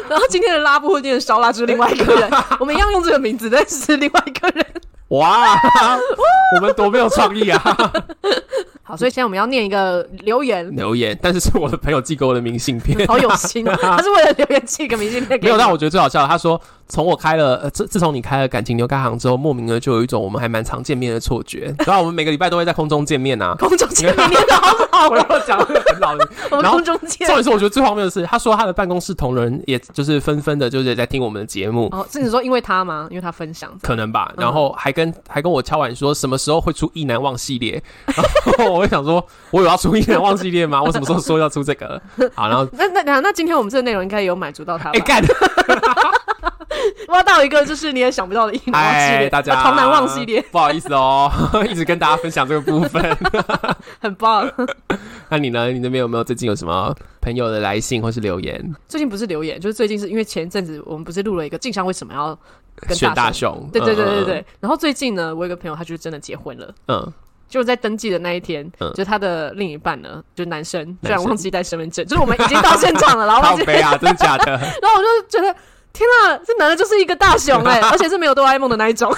[SPEAKER 1] 然后今天的拉布或今天的烧腊就是另外一个 人，我们一样用这个名字，但是另外一个人。
[SPEAKER 2] 哇， 我们多没有创意啊！
[SPEAKER 1] 好，所以现在我们要念一个留言，
[SPEAKER 2] 留言，但是是我的朋友 寄给我的明信片，
[SPEAKER 1] 好有心啊！他是为了留言寄一个明信片给
[SPEAKER 2] 没有
[SPEAKER 1] 你。
[SPEAKER 2] 让我觉得最好笑的。他说，从我开了，呃，自自从你开了感情牛轧行之后，莫名的就有一种我们还蛮常见面的错 觉。然后我们每个礼拜都会在空中见面啊
[SPEAKER 1] 空中见面，念的好不 好？
[SPEAKER 2] 我要讲得很老 的，啊
[SPEAKER 1] 我们
[SPEAKER 2] 然后
[SPEAKER 1] 空中见
[SPEAKER 2] 重。点是我觉得最荒谬的是，他说他的办公室同仁，也就是纷纷的，就是在听我们的节目。
[SPEAKER 1] 哦，这你说因为他吗？因为他分享。
[SPEAKER 2] 可能
[SPEAKER 1] 嗯
[SPEAKER 2] 吧，然后还跟、还跟我敲碗说什么时候会出意难忘系列， 然后我就想说，我有要出意难忘系列吗？我什么时候说要出这 个？好，然后
[SPEAKER 1] 那那那那今天我们这个内容应该也有满足到他
[SPEAKER 2] 哎
[SPEAKER 1] 吧？
[SPEAKER 2] 干，
[SPEAKER 1] 挖到一个就是你也想不到的遗忘系
[SPEAKER 2] 嗨
[SPEAKER 1] 列，
[SPEAKER 2] 哎大家，
[SPEAKER 1] 啊超难忘系列，，
[SPEAKER 2] 不好意思哦， 一直跟大家分享这个部分。
[SPEAKER 1] 很棒。
[SPEAKER 2] 那你呢？你那边有没有最近有什么朋友的来信或是留言？
[SPEAKER 1] 最近不是留言，就是最近是因为前一阵子我们不是录了一个静香为什么要跟
[SPEAKER 2] 选
[SPEAKER 1] 大
[SPEAKER 2] 大
[SPEAKER 1] 雄？
[SPEAKER 2] 熊，
[SPEAKER 1] 对对对对
[SPEAKER 2] 嗯
[SPEAKER 1] 对，。然后最近呢，我有一个朋友他就是真的结婚了。
[SPEAKER 2] 嗯，嗯
[SPEAKER 1] 就是在登记的那一天，
[SPEAKER 2] 嗯
[SPEAKER 1] 就是他的另一半呢，就是男生，居
[SPEAKER 2] 男
[SPEAKER 1] 然
[SPEAKER 2] 生
[SPEAKER 1] 忘记带身份证，就是我们已经到现场 了，然后
[SPEAKER 2] 靠
[SPEAKER 1] 忘记
[SPEAKER 2] 背啊，真的假的？
[SPEAKER 1] 然后我就觉得，天啊，这男的就是一个大熊 哎、而且是没有哆啦 A 梦的那一种。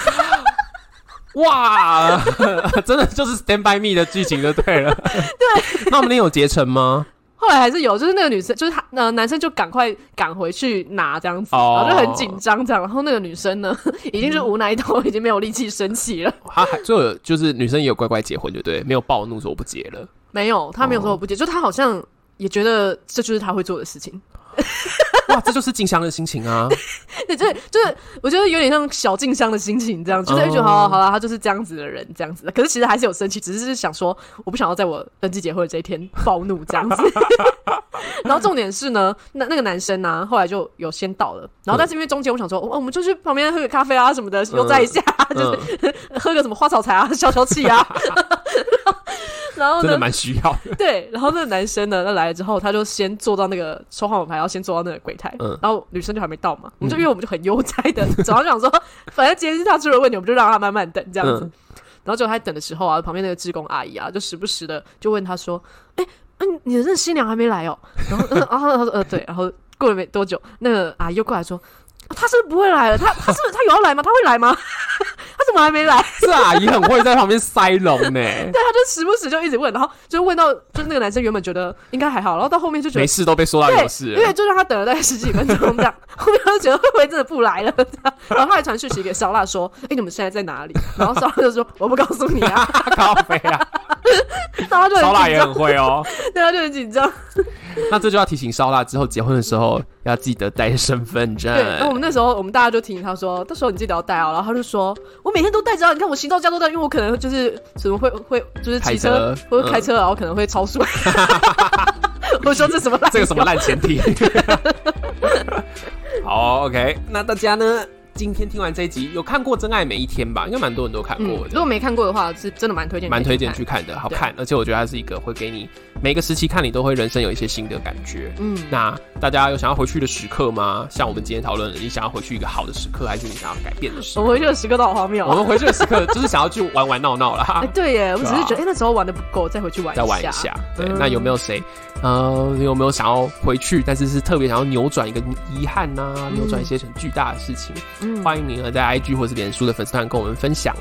[SPEAKER 2] 哇， 真的就是《Stand by Me》的剧情就对 了。对， 那我们那天有结成吗？
[SPEAKER 1] 后来还是有，就是那个女生，就是他，呃，男生就赶快赶回去拿这样子，
[SPEAKER 2] 哦
[SPEAKER 1] 然后就很紧张这样。然后那个女生呢， 已经是无奈到已经没有力气生气了。
[SPEAKER 2] 他还就有就是女生也有乖乖结婚，对不对？没有暴怒说我不结了。
[SPEAKER 1] 没有，他
[SPEAKER 2] 哦
[SPEAKER 1] 没有说我不接，就他好像也觉得这就是他会做的事情。
[SPEAKER 2] 哇，这就是静香的心情啊！
[SPEAKER 1] 对，就是就是，我觉得有点像小静香的心情这样，就是
[SPEAKER 2] 哦
[SPEAKER 1] 会觉得好了好了，他就是这样子的人这样子。可是其实还是有生气，只是是想说，我不想要在我登记结婚的这一天暴怒这样子。 然后重点是呢，那那个男生呢、后来就有先到了，然后
[SPEAKER 2] 嗯
[SPEAKER 1] 但是因为中间我想说，哦，我们就去旁边喝个咖啡啊什么的，悠哉一下， 就是
[SPEAKER 2] 嗯，
[SPEAKER 1] 喝个什么花草茶啊，消消气啊。 然后
[SPEAKER 2] 真的
[SPEAKER 1] 呢，
[SPEAKER 2] 蛮需要的。
[SPEAKER 1] 对，然后那个男生呢，他来了之后，他就先坐到那个抽号码牌，然后先坐到那个柜台，
[SPEAKER 2] 嗯
[SPEAKER 1] 然后女生就还没到嘛，我们就因为我们就很悠哉 的，早上想说，反正今天是他出了问题，我们就让他慢慢等这样子。
[SPEAKER 2] 嗯
[SPEAKER 1] 然后就他等的时候啊，旁边那个志工阿姨啊，就时不时的就问他说：“哎、嗯、你的那新娘还没来哦？”然后，嗯、啊，他说：“呃，对。”然后过了没多久，那个阿姨又过来说：“啊他是不是不会来了？他他是不是他有要来吗？他会来吗？他怎么还没来？”
[SPEAKER 2] 这阿姨很会在旁边塞龙呢，
[SPEAKER 1] 对，他就时不时就一直问，然后就问到，就是那个男生原本觉得应该还好，然后到后面就觉
[SPEAKER 2] 没
[SPEAKER 1] 得
[SPEAKER 2] 事都被说到
[SPEAKER 1] 对
[SPEAKER 2] 有，事
[SPEAKER 1] 因
[SPEAKER 2] 了
[SPEAKER 1] 为。就让他等了大概十几分钟这样，后面他就觉得会不会真的不来了这样，然后他还传讯息给烧腊说：“哎、你们现在在哪里？”然后烧腊就说：“我不告诉你啊。
[SPEAKER 2] 靠背啊，”
[SPEAKER 1] 然后他就
[SPEAKER 2] 烧腊
[SPEAKER 1] 很紧
[SPEAKER 2] 也很
[SPEAKER 1] 张，
[SPEAKER 2] 会哦。
[SPEAKER 1] 对，他就很紧张。
[SPEAKER 2] 那这就要提醒烧腊，之后结婚的时候要记得带身份证
[SPEAKER 1] 对，。哦那我们那时候我们大家就提醒他说：“到时候你记得要带啊。”然后他就说：“我每天都带着啊，你看我行照驾都带，因为我可能就是什么会会就是骑
[SPEAKER 2] 开车嗯
[SPEAKER 1] 车或者开车，然啊后可能会超速。” 我说这什么烂？
[SPEAKER 2] 这个什么烂前提？好，OK，那大家呢？今天听完这一集，有看过《真爱每一天》吧？应该蛮多人都看
[SPEAKER 1] 嗯
[SPEAKER 2] 过，
[SPEAKER 1] 如
[SPEAKER 2] 的，
[SPEAKER 1] 果没看过的话，是真的蛮推荐，
[SPEAKER 2] 蛮推荐
[SPEAKER 1] 去
[SPEAKER 2] 去
[SPEAKER 1] 看。
[SPEAKER 2] 看的，好
[SPEAKER 1] 对
[SPEAKER 2] 看，而且我觉得它是一个会给你每个时期看你都会人生有一些新的感觉。
[SPEAKER 1] 嗯，
[SPEAKER 2] 那大家有想要回去的时刻吗？像我们今天讨论的，你想要回去一个好的时刻，还是你想要改变的时
[SPEAKER 1] 我
[SPEAKER 2] 刻？
[SPEAKER 1] 回去的时刻都好荒谬
[SPEAKER 2] 我
[SPEAKER 1] 啊。
[SPEAKER 2] 们回去的时刻就是想要去玩玩闹闹啦
[SPEAKER 1] 哎，，对耶，我只
[SPEAKER 2] 对啊
[SPEAKER 1] 是觉得，哎，那时候玩的不够，再回去玩
[SPEAKER 2] 再玩一下。对，
[SPEAKER 1] 嗯
[SPEAKER 2] 那有没有谁，呃，有没有想要回去，但是是特别想要扭转一个遗憾呐、扭转一些很巨大的事情？
[SPEAKER 1] 嗯，
[SPEAKER 2] 欢迎你呢在 IG 或是脸书的粉丝团跟我们分享。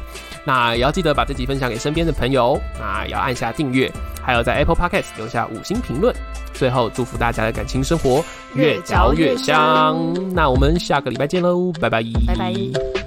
[SPEAKER 2] 那也要记得把这集分享给身边的朋友，那也要按下订阅，还有在 Apple Podcast 留下五星评论。最后，祝福大家的感情生活
[SPEAKER 1] 越嚼越香
[SPEAKER 2] 那我们下个礼拜见喽，拜拜，
[SPEAKER 1] 拜拜。